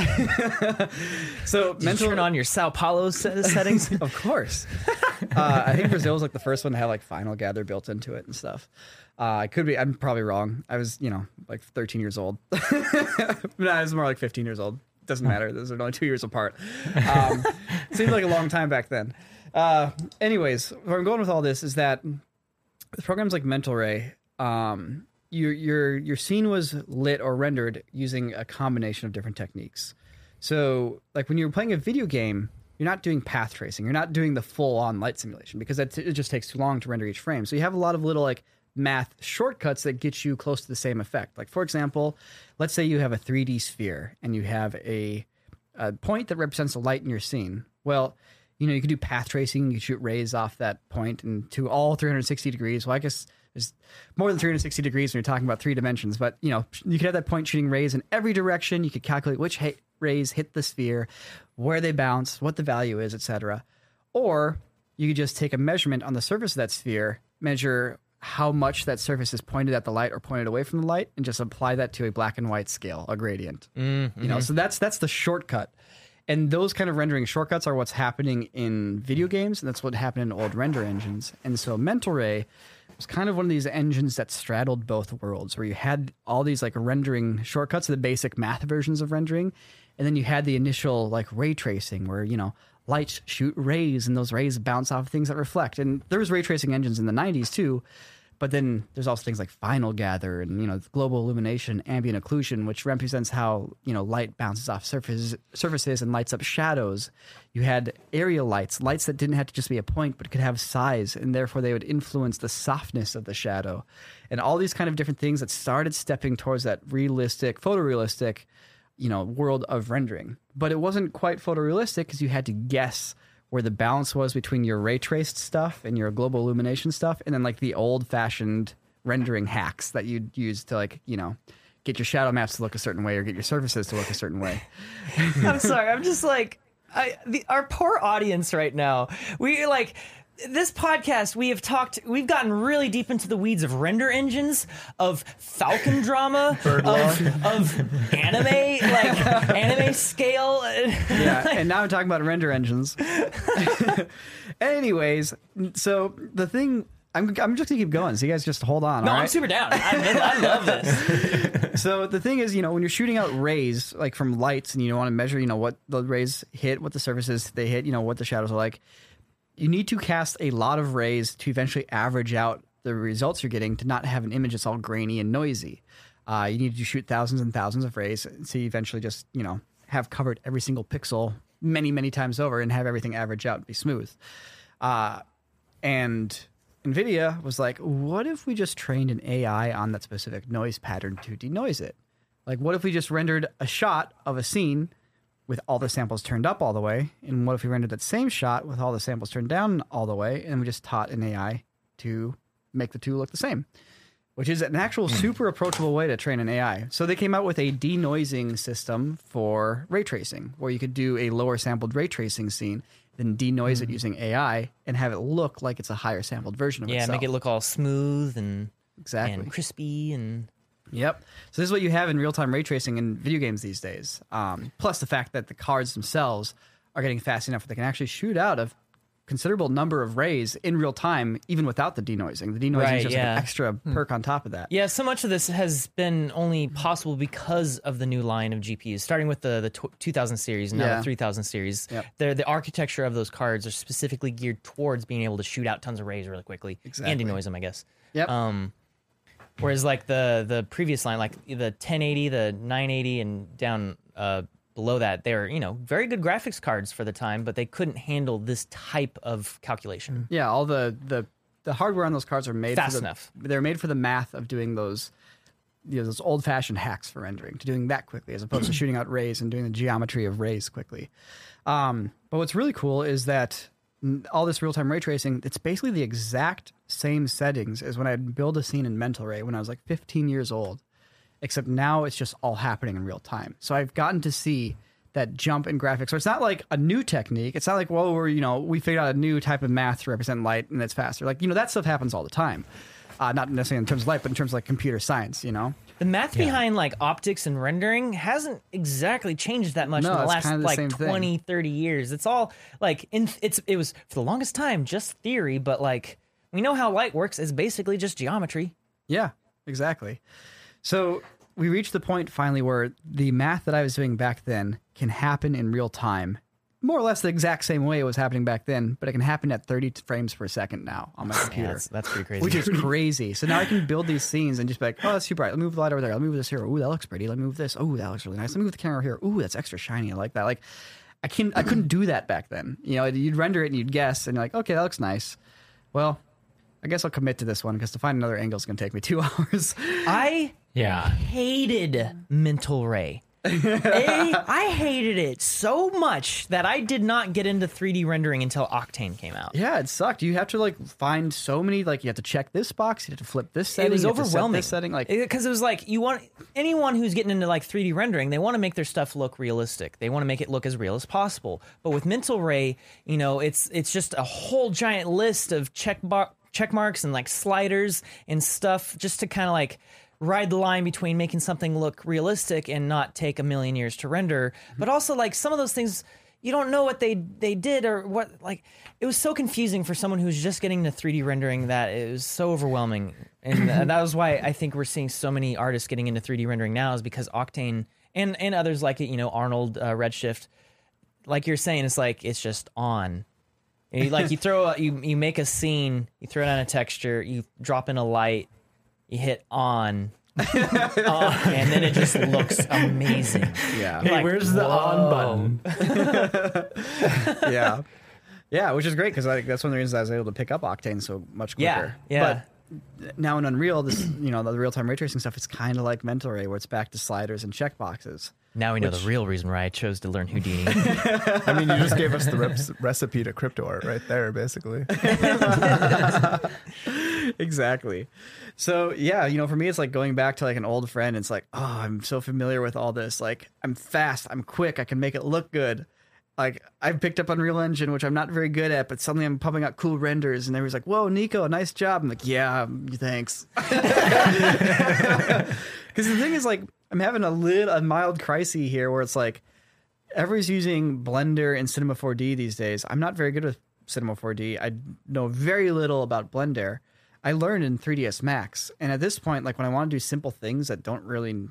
B: so
C: Did you
B: mental
C: turn on your Sao Paulo se- settings.
B: Of course. uh, I think Brazil was like the first one to have like Final Gather built into it and stuff. Uh, I could be, I'm probably wrong. I was, you know, like 13 years old. no, I was more like 15 years old. Doesn't matter. Those are only two years apart. Um, seemed like a long time back then. Uh, anyways, where I'm going with all this is that with programs like Mental Ray, um, your your your scene was lit or rendered using a combination of different techniques. So, like when you're playing a video game, you're not doing path tracing. You're not doing the full on light simulation because that's, it just takes too long to render each frame. So you have a lot of little like math shortcuts that get you close to the same effect. Like for example, let's say you have a 3D sphere and you have a a point that represents a light in your scene. Well, you know, you can do path tracing, you can shoot rays off that point and to all 360 degrees. Well, I guess there's more than 360 degrees when you're talking about three dimensions, but you know, you could have that point shooting rays in every direction. You could calculate which ha- rays hit the sphere, where they bounce, what the value is, etc. Or you could just take a measurement on the surface of that sphere, measure how much that surface is pointed at the light or pointed away from the light, and just apply that to a black and white scale, a gradient. You know, so that's that's the shortcut. And those kind of rendering shortcuts are what's happening in video games, and that's what happened in old render engines. And so Mental Ray was kind of one of these engines that straddled both worlds, where you had all these like rendering shortcuts, the basic math versions of rendering, and then you had the initial like ray tracing, where you know lights shoot rays, and those rays bounce off things that reflect. And there was ray tracing engines in the '90s too, but then there's also things like final gather and you know global illumination, ambient occlusion, which represents how you know light bounces off surfaces, surfaces and lights up shadows. You had area lights, lights that didn't have to just be a point, but could have size, and therefore they would influence the softness of the shadow, and all these kind of different things that started stepping towards that realistic, photorealistic, you know world of rendering. But it wasn't quite photorealistic because you had to guess where the balance was between your ray traced stuff and your global illumination stuff, and then like the old fashioned rendering hacks that you'd use to like you know get your shadow maps to look a certain way or get your surfaces to look a certain way.
C: I'm sorry. I'm just like I the, our poor audience right now. We like this podcast we have talked we've gotten really deep into the weeds of render engines of falcon drama of, of anime like anime scale
B: yeah, and now I'm talking about render engines. Anyways, so the thing. I'm, I'm just gonna keep going, so you guys just hold on.
C: no
B: all
C: i'm
B: right?
C: super down I, I love this
B: so the thing is, you know, when you're shooting out rays like from lights, and you want to measure, you know, what the rays hit, what the surfaces they hit, you know, what the shadows are like. You need to cast a lot of rays to eventually average out the results you're getting to not have an image that's all grainy and noisy. Uh, you need to shoot thousands and thousands of rays to eventually just, you know, have covered every single pixel many, many times over and have everything average out and be smooth. Uh, and NVIDIA was like, what if we just trained an AI on that specific noise pattern to denoise it? Like, what if we just rendered a shot of a scene with all the samples turned up all the way? And what if we rendered that same shot with all the samples turned down all the way? And we just taught an AI to make the two look the same, which is an
C: Hmm.
B: actual super approachable way to train an AI. So they came out with a denoising system for ray tracing, where you could do a lower sampled ray tracing scene, then denoise
C: Hmm.
B: it using AI and have it look like it's a higher sampled version of
C: yeah
B: itself.
C: make it look all smooth and
B: exactly
C: and crispy and
B: Yep. So this is what you have in real time ray tracing in video games these days. Um, plus the fact that the cards themselves are getting fast enough that they can actually shoot out a considerable number of rays in real time, even without the denoising. The denoising
C: Right,
B: is just
C: yeah.
B: an
C: Hmm.
B: extra perk on top of that.
C: Yeah, so much of this has been only possible because of the new line of GPUs, starting with the the tw- 2000 series and now
B: Yeah.
C: the 3000 series.
B: Yep.
C: They're, the architecture of those cards are specifically geared towards being able to shoot out tons of rays really quickly and
B: Exactly.
C: denoise them, I guess.
B: Yep.
C: Um, whereas like the the previous line, like the 1080, the 980, and down uh, below that, they were you know very good graphics cards for the time, but they couldn't handle this type of calculation.
B: Yeah, all the the the hardware on those cards are made
C: Fast
B: for the,
C: enough.
B: They're made for the math of doing those you know, those old fashioned hacks for rendering to doing that quickly as opposed to shooting out rays and doing the geometry of rays quickly. Um, but what's really cool is that n- all this real time ray tracing, it's basically the exact same settings as when I'd build a scene in Mental Ray when I was like 15 years old, except now it's just all happening in real time. So I've gotten to see that jump in graphics. So it's not like a new technique. It's not like, well, we're, you know, we figured out a new type of math to represent light and it's faster. Like, you know, that stuff happens all the time. Uh, not necessarily in terms of light, but in terms of like computer science, you know?
C: The math behind like optics and rendering hasn't exactly changed that much
B: No,
C: in the
B: it's
C: last
B: kinda the
C: like
B: same thing.
C: 20, 30 years. It's all like in it's it was for the longest time just theory, but like we know how light works is basically just geometry.
B: Yeah, exactly. So we reached the point finally where the math that I was doing back then can happen in real time, more or less the exact same way it was happening back then, but it can happen at 30 frames per second now on my
C: Yeah,
B: computer.
C: that's, that's pretty crazy.
B: which is crazy. So now I can build these scenes and just be like, oh, that's too bright. Let me move the light over there. Let me move this here. Ooh, that looks pretty. Let me move this. Ooh, that looks really nice. Let me move the camera here. Ooh, that's extra shiny. I like that. Like, I can I couldn't do that back then. You know, you'd render it and you'd guess, and you're like, okay, that looks nice. Well, I guess I'll commit to this one because to find another angle is going to take me two hours.
C: I
A: Yeah.
C: hated Mental Ray. I I hated it so much that I did not get into 3D rendering until Octane came out.
B: yeah, it sucked. You have to like find so many. Like, you have to check this box. You have to flip this setting.
C: it was
B: you have to set
C: overwhelming.
B: This setting, like,
C: because it was like you want anyone who's getting into like 3D rendering, they want to make their stuff look realistic. They want to make it look as real as possible. But with Mental Ray, you know, it's it's just a whole giant list of check bar- check marks and like sliders and stuff just to kind of like ride the line between making something look realistic and not take a million years to render.
B: Mm-hmm.
C: But also like some of those things you don't know what they they did or what like it was so confusing for someone who's just getting into 3D rendering that it was so overwhelming and uh, that was why I think we're seeing so many artists getting into 3D rendering now is because Octane and and others like it you know Arnold uh, Redshift like you're saying it's like it's just on And you- like you throw a, you you make a scene you throw down a texture you drop in a light you hit on Uh, and then it just looks amazing
B: yeah.
A: Hey,
C: Like,
A: where's the
C: whoa.
A: on button?
B: yeah, yeah, which is great because like that's one of the reasons I was able to pick up Octane so much
C: yeah
B: quicker.
C: yeah
B: But now in Unreal, this you know the real time ray tracing stuff is kind of like Mental Ray, where it's back to sliders and checkboxes.
C: Now we know the real reason why I chose to learn Houdini.
D: I mean, you just gave us the reps- recipe to crypto art right there, basically.
B: exactly. So yeah, you know, for me, it's like going back to like an old friend. It's like, oh, I'm so familiar with all this. Like, I'm fast. I'm quick. I can make it look good. Like, I've picked up Unreal Engine, which I'm not very good at, but suddenly I'm pumping out cool renders, and everyone's like, "Whoa, Nico, nice job!" I'm like, "Yeah, um, thanks." Because the thing is, like, I'm having a little a mild crisis here, where it's like, everyone's using Blender and Cinema 4D these days. I'm not very good with Cinema 4D. I know very little about Blender. I learned in 3ds Max, and at this point, like when I want to do simple things that don't really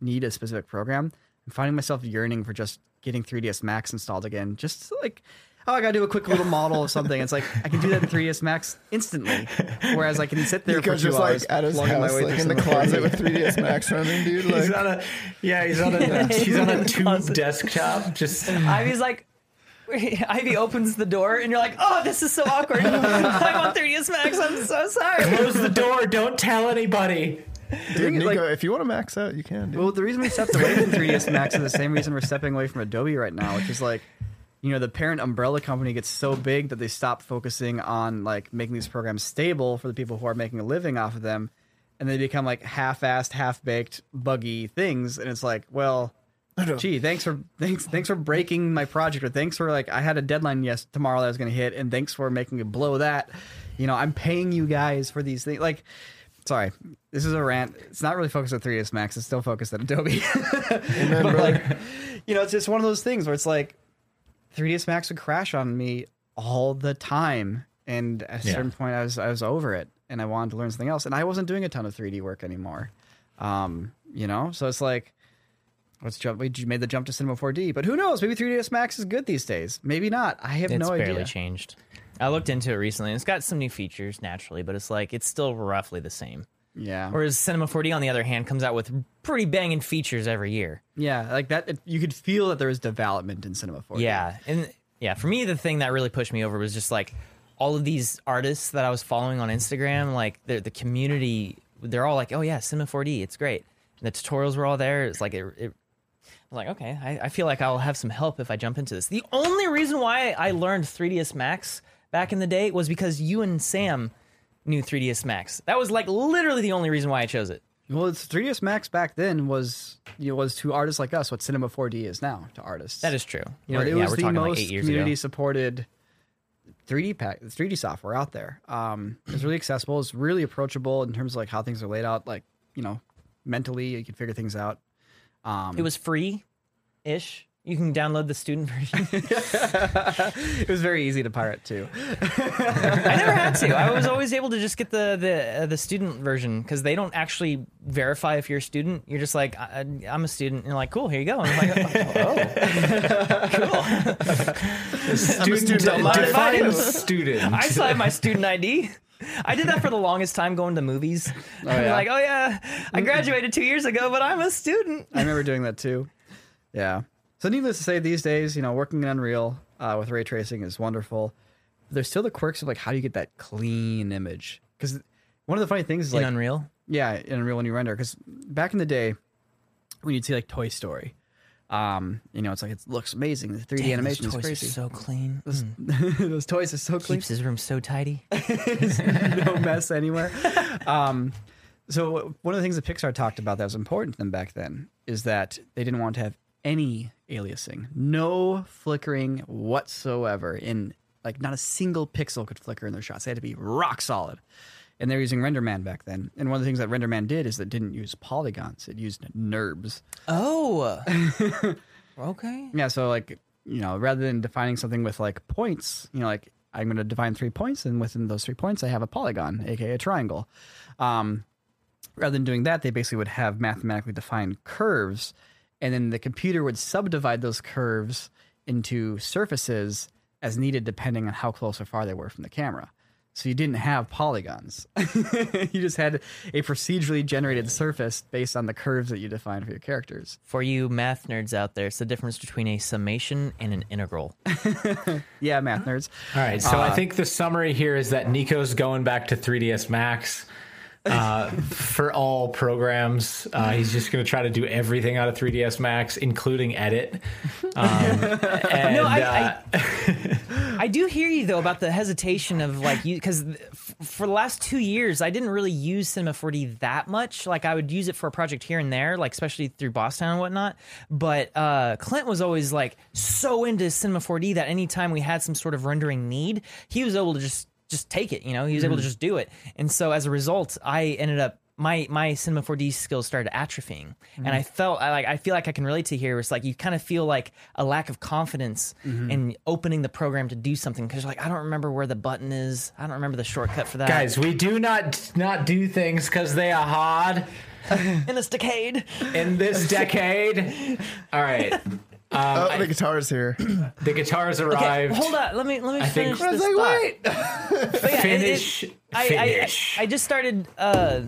B: need a specific program, I'm finding myself yearning for just getting 3ds Max installed again, just to, like. Oh, I gotta do a quick little model of something. It's like I can do that in 3ds Max instantly, whereas I can sit there
D: Nico's
B: for two
D: just
B: hours
D: like at his
B: plugging
D: house,
B: my way
D: like
B: through
D: in
B: Cinema
D: the
B: 4D.
D: closet with 3ds Max running, dude.
A: He's
D: Like,
A: on a yeah. He's on a he's on a tube desktop. Just
C: Ivy's like, Ivy opens the door, and you're like, oh, this is so awkward. I want 30th Max. I'm so sorry.
A: close the door. Don't tell anybody.
D: dude,
B: thing is,
D: Nico,
B: like-
D: if you want to max out, you can. Dude.
B: Well, the reason we stepped away from 3ds Max is the same reason we're stepping away from Adobe right now, which is like, you know, the parent umbrella company gets so big that they stop focusing on like making these programs stable for the people who are making a living off of them, and they become like half-assed, half-baked, buggy things, and it's like, well. Gee, thanks for thanks thanks for breaking my project, or thanks for like I had a deadline yes tomorrow that I was going to hit, and thanks for making it blow that. You know, I'm paying you guys for these things. Like, sorry, this is a rant. It's not really focused at 3ds Max. It's still focused at Adobe. but like, you know, it's just one of those things where it's like 3ds Max would crash on me all the time, and at a
A: Yeah.
B: certain point, I was I was over it, and I wanted to learn something else, and I wasn't doing a ton of 3D work anymore. Um, you know, so it's like. Let's jump. We j- made the jump to Cinema 4D, but who knows? Maybe 3ds Max is good these days. Maybe not. I have
C: It's
B: no
C: barely
B: idea.
C: changed. I looked into it recently, and it's got some new features naturally, but it's like it's still roughly the same.
B: Yeah.
C: Whereas Cinema 4D, on the other hand, comes out with pretty banging features every year.
B: yeah, like that. It, you could feel that there was development in Cinema 4.
C: Yeah, and yeah, for me, the thing that really pushed me over was just like all of these artists that I was following on Instagram. Like the the community, they're all like, "Oh yeah, Cinema 4D, it's great." And the tutorials were all there. It's like it. it I'm like, okay, I, I feel like I'll have some help if I jump into this. The only reason why I learned 3ds Max back in the day was because you and Sam knew 3ds Max. That was like literally the only reason why I chose it.
B: Well, it's 3ds Max back then was you know, was to artists like us what Cinema 4D is now to artists.
C: That is true.
B: You know,
C: We're-
B: it
C: yeah,
B: was
C: we're
B: the
C: talking like
B: most
C: eight years ago.
B: community supported 3D pack, 3D software out there. Um, it's really accessible. It's really approachable in terms of like how things are laid out. Like you know, mentally you can figure things out.
C: It was free, ish. You can download the student version.
B: It was very easy to pirate too.
C: I never had to. I was always able to just get the the uh, the student version because they don't actually verify if you're a student. You're just like, I, I- I'm a student, and you're like, cool, here you go. And I'm like, oh,
D: I'm a student at large.
A: Define
C: Define-
A: student.
C: I still have my student ID. I did that for the longest time, going to movies. I'm
B: yeah.
C: like, oh yeah, I graduated two years ago, but I'm a student.
B: I remember doing that too. Yeah. So needless to say, these days, you know, working in Unreal uh, with ray tracing is wonderful. There's still the quirks of like how do you get that clean image? Because one of the funny things is like
C: In Unreal,
B: Yeah, in Unreal when you render, because back in the day, when you'd see like Toy Story, um, you know, it's like it looks amazing. The 3D
C: Damn, those
B: animation is
C: toys are
B: crazy.
C: so clean. Mm,
B: Those toys are so clean,
C: keeps his room so tidy.
B: no mess anywhere. Um, so one of the things that Pixar talked about that was important to them back then is that they didn't want to have any aliasing, no flickering whatsoever. In like, not a single pixel could flicker in their shots. They had to be rock solid. And they're using RenderMan back then. And one of the things that RenderMan did is that it didn't use polygons; it used NURBS.
C: Oh, okay.
B: Yeah, so like you know, rather than defining something with like points, you know, like I'm going to define three points, and within those three points, I have a polygon, aka a triangle. Um, rather than doing that, they basically would have mathematically defined curves, and then the computer would subdivide those curves into surfaces as needed, depending on how close or far they were from the camera. So you didn't have polygons; you just had a procedurally generated surface based on the curves that you defined for your characters.
C: For you math nerds out there, it's the difference between a summation and an integral.
B: Yeah, math nerds. Uh,
A: All right, so
C: Uh,
A: I think the summary here is that Nico's going back to 3ds Max uh, for all programs. Uh, he's just going to try to do everything out of 3ds Max, including edit. Um, and,
C: No, I-
A: uh,
C: I do hear you though about the hesitation of like you because f- for the last two years I didn't really use Cinema 4D that much. Like I would use it for a project here and there, like especially through Boss Town and whatnot. But uh, Clint was always like so into Cinema 4D that anytime we had some sort of rendering need, he was able to just just take it. You know, he was able
A: Mm-hmm.
C: to just do it. And so as a result, I ended up my my cinema 4d skills started atrophying
A: Mm-hmm.
C: and i felt I, like i feel like i can relate to here where it's like you kind of feel like a lack of confidence
A: Mm-hmm.
C: in opening the program to do something because like i don't remember where the button is i don't remember the shortcut for that
A: guys, we do not not do things because they are hard
C: in this decade
A: in this decade. All right,
D: Oh, the guitar's here.
A: the guitars
C: okay,
A: arrived.
C: hold on let me let me
A: think-
C: finish
A: I
C: this
D: It's like,
C: thought.
D: wait.
C: But yeah, it-
A: Finish.
C: it- I, I-
A: Finish.
C: I, just started. Uh,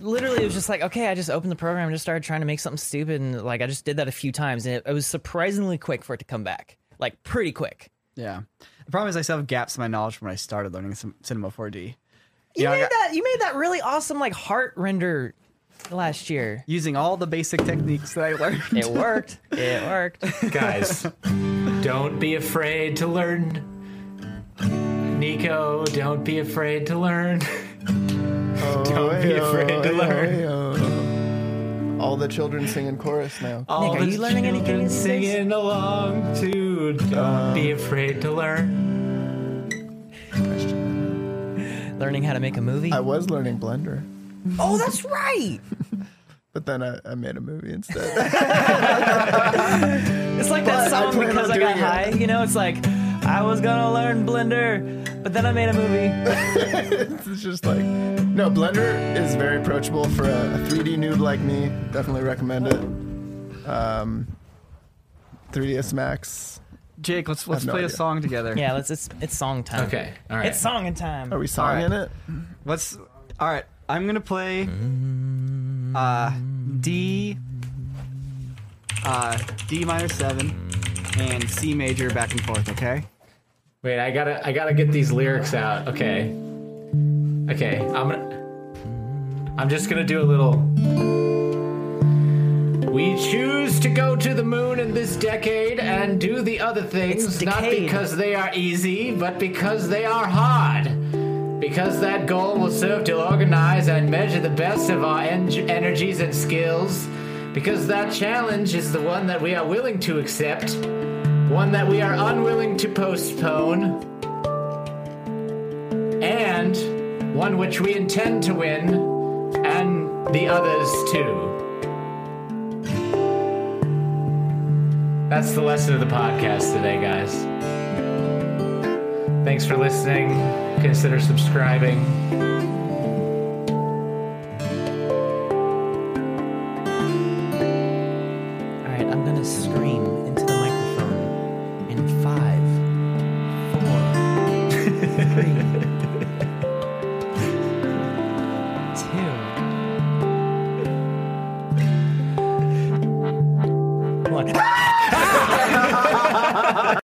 C: literally, it was just like, okay, I just opened the program and just started trying to make something stupid, and like I just did that a few times, and it, it was surprisingly quick for it to come back, like pretty quick.
B: Yeah. The problem is I still have gaps in my knowledge from when I started learning Cin- Cinema 4D.
C: You
B: Yeah, I
C: made
B: got-
C: that. You made that really awesome like heart render last year.
B: Using all the basic techniques that I learned.
C: It worked. it worked.
A: guys don't be afraid to learn nico don't be afraid to learn don't be afraid to learn
D: All the children sing in chorus now.
A: All
C: Nick, are
A: the
C: you learning
A: children
C: anything these days?
A: singing along to don't be afraid to learn
C: Learning how to make a movie.
D: I was learning Blender,
C: oh, that's right.
D: but then I, I made a movie instead.
C: It's like that
D: I
C: song
D: plan on
C: because I got
D: doing it.
C: high. You know, it's like I was gonna learn Blender, but then I made a movie.
D: it's just like, no, Blender is very approachable for a, a 3D noob like me. Definitely recommend it. Um, 3ds Max.
B: Jake, let's let's
D: no
B: play a
D: idea.
B: song together.
C: Yeah, let's, it's it's song time.
A: okay all right
C: It's song and time.
D: Are we song
B: right.
D: in it?
B: Let's All right. I'm gonna play uh, D uh, D minor seven and C major back and forth. Okay.
A: Wait, I gotta I gotta get these lyrics out. Okay. Okay, I'm gonna I'm just gonna do a little We choose to go to the moon in this decade and do the other things,
C: It's
A: not
C: decade.
A: because they are easy, but because they are hard. Because that goal will serve to organize and measure the best of our en- energies and skills. Because that challenge is the one that we are willing to accept, one that we are unwilling to postpone and one which we intend to win, and the others too. That's the lesson of the podcast today, guys. Thanks for listening. Consider subscribing.
C: All right, I'm gonna scream.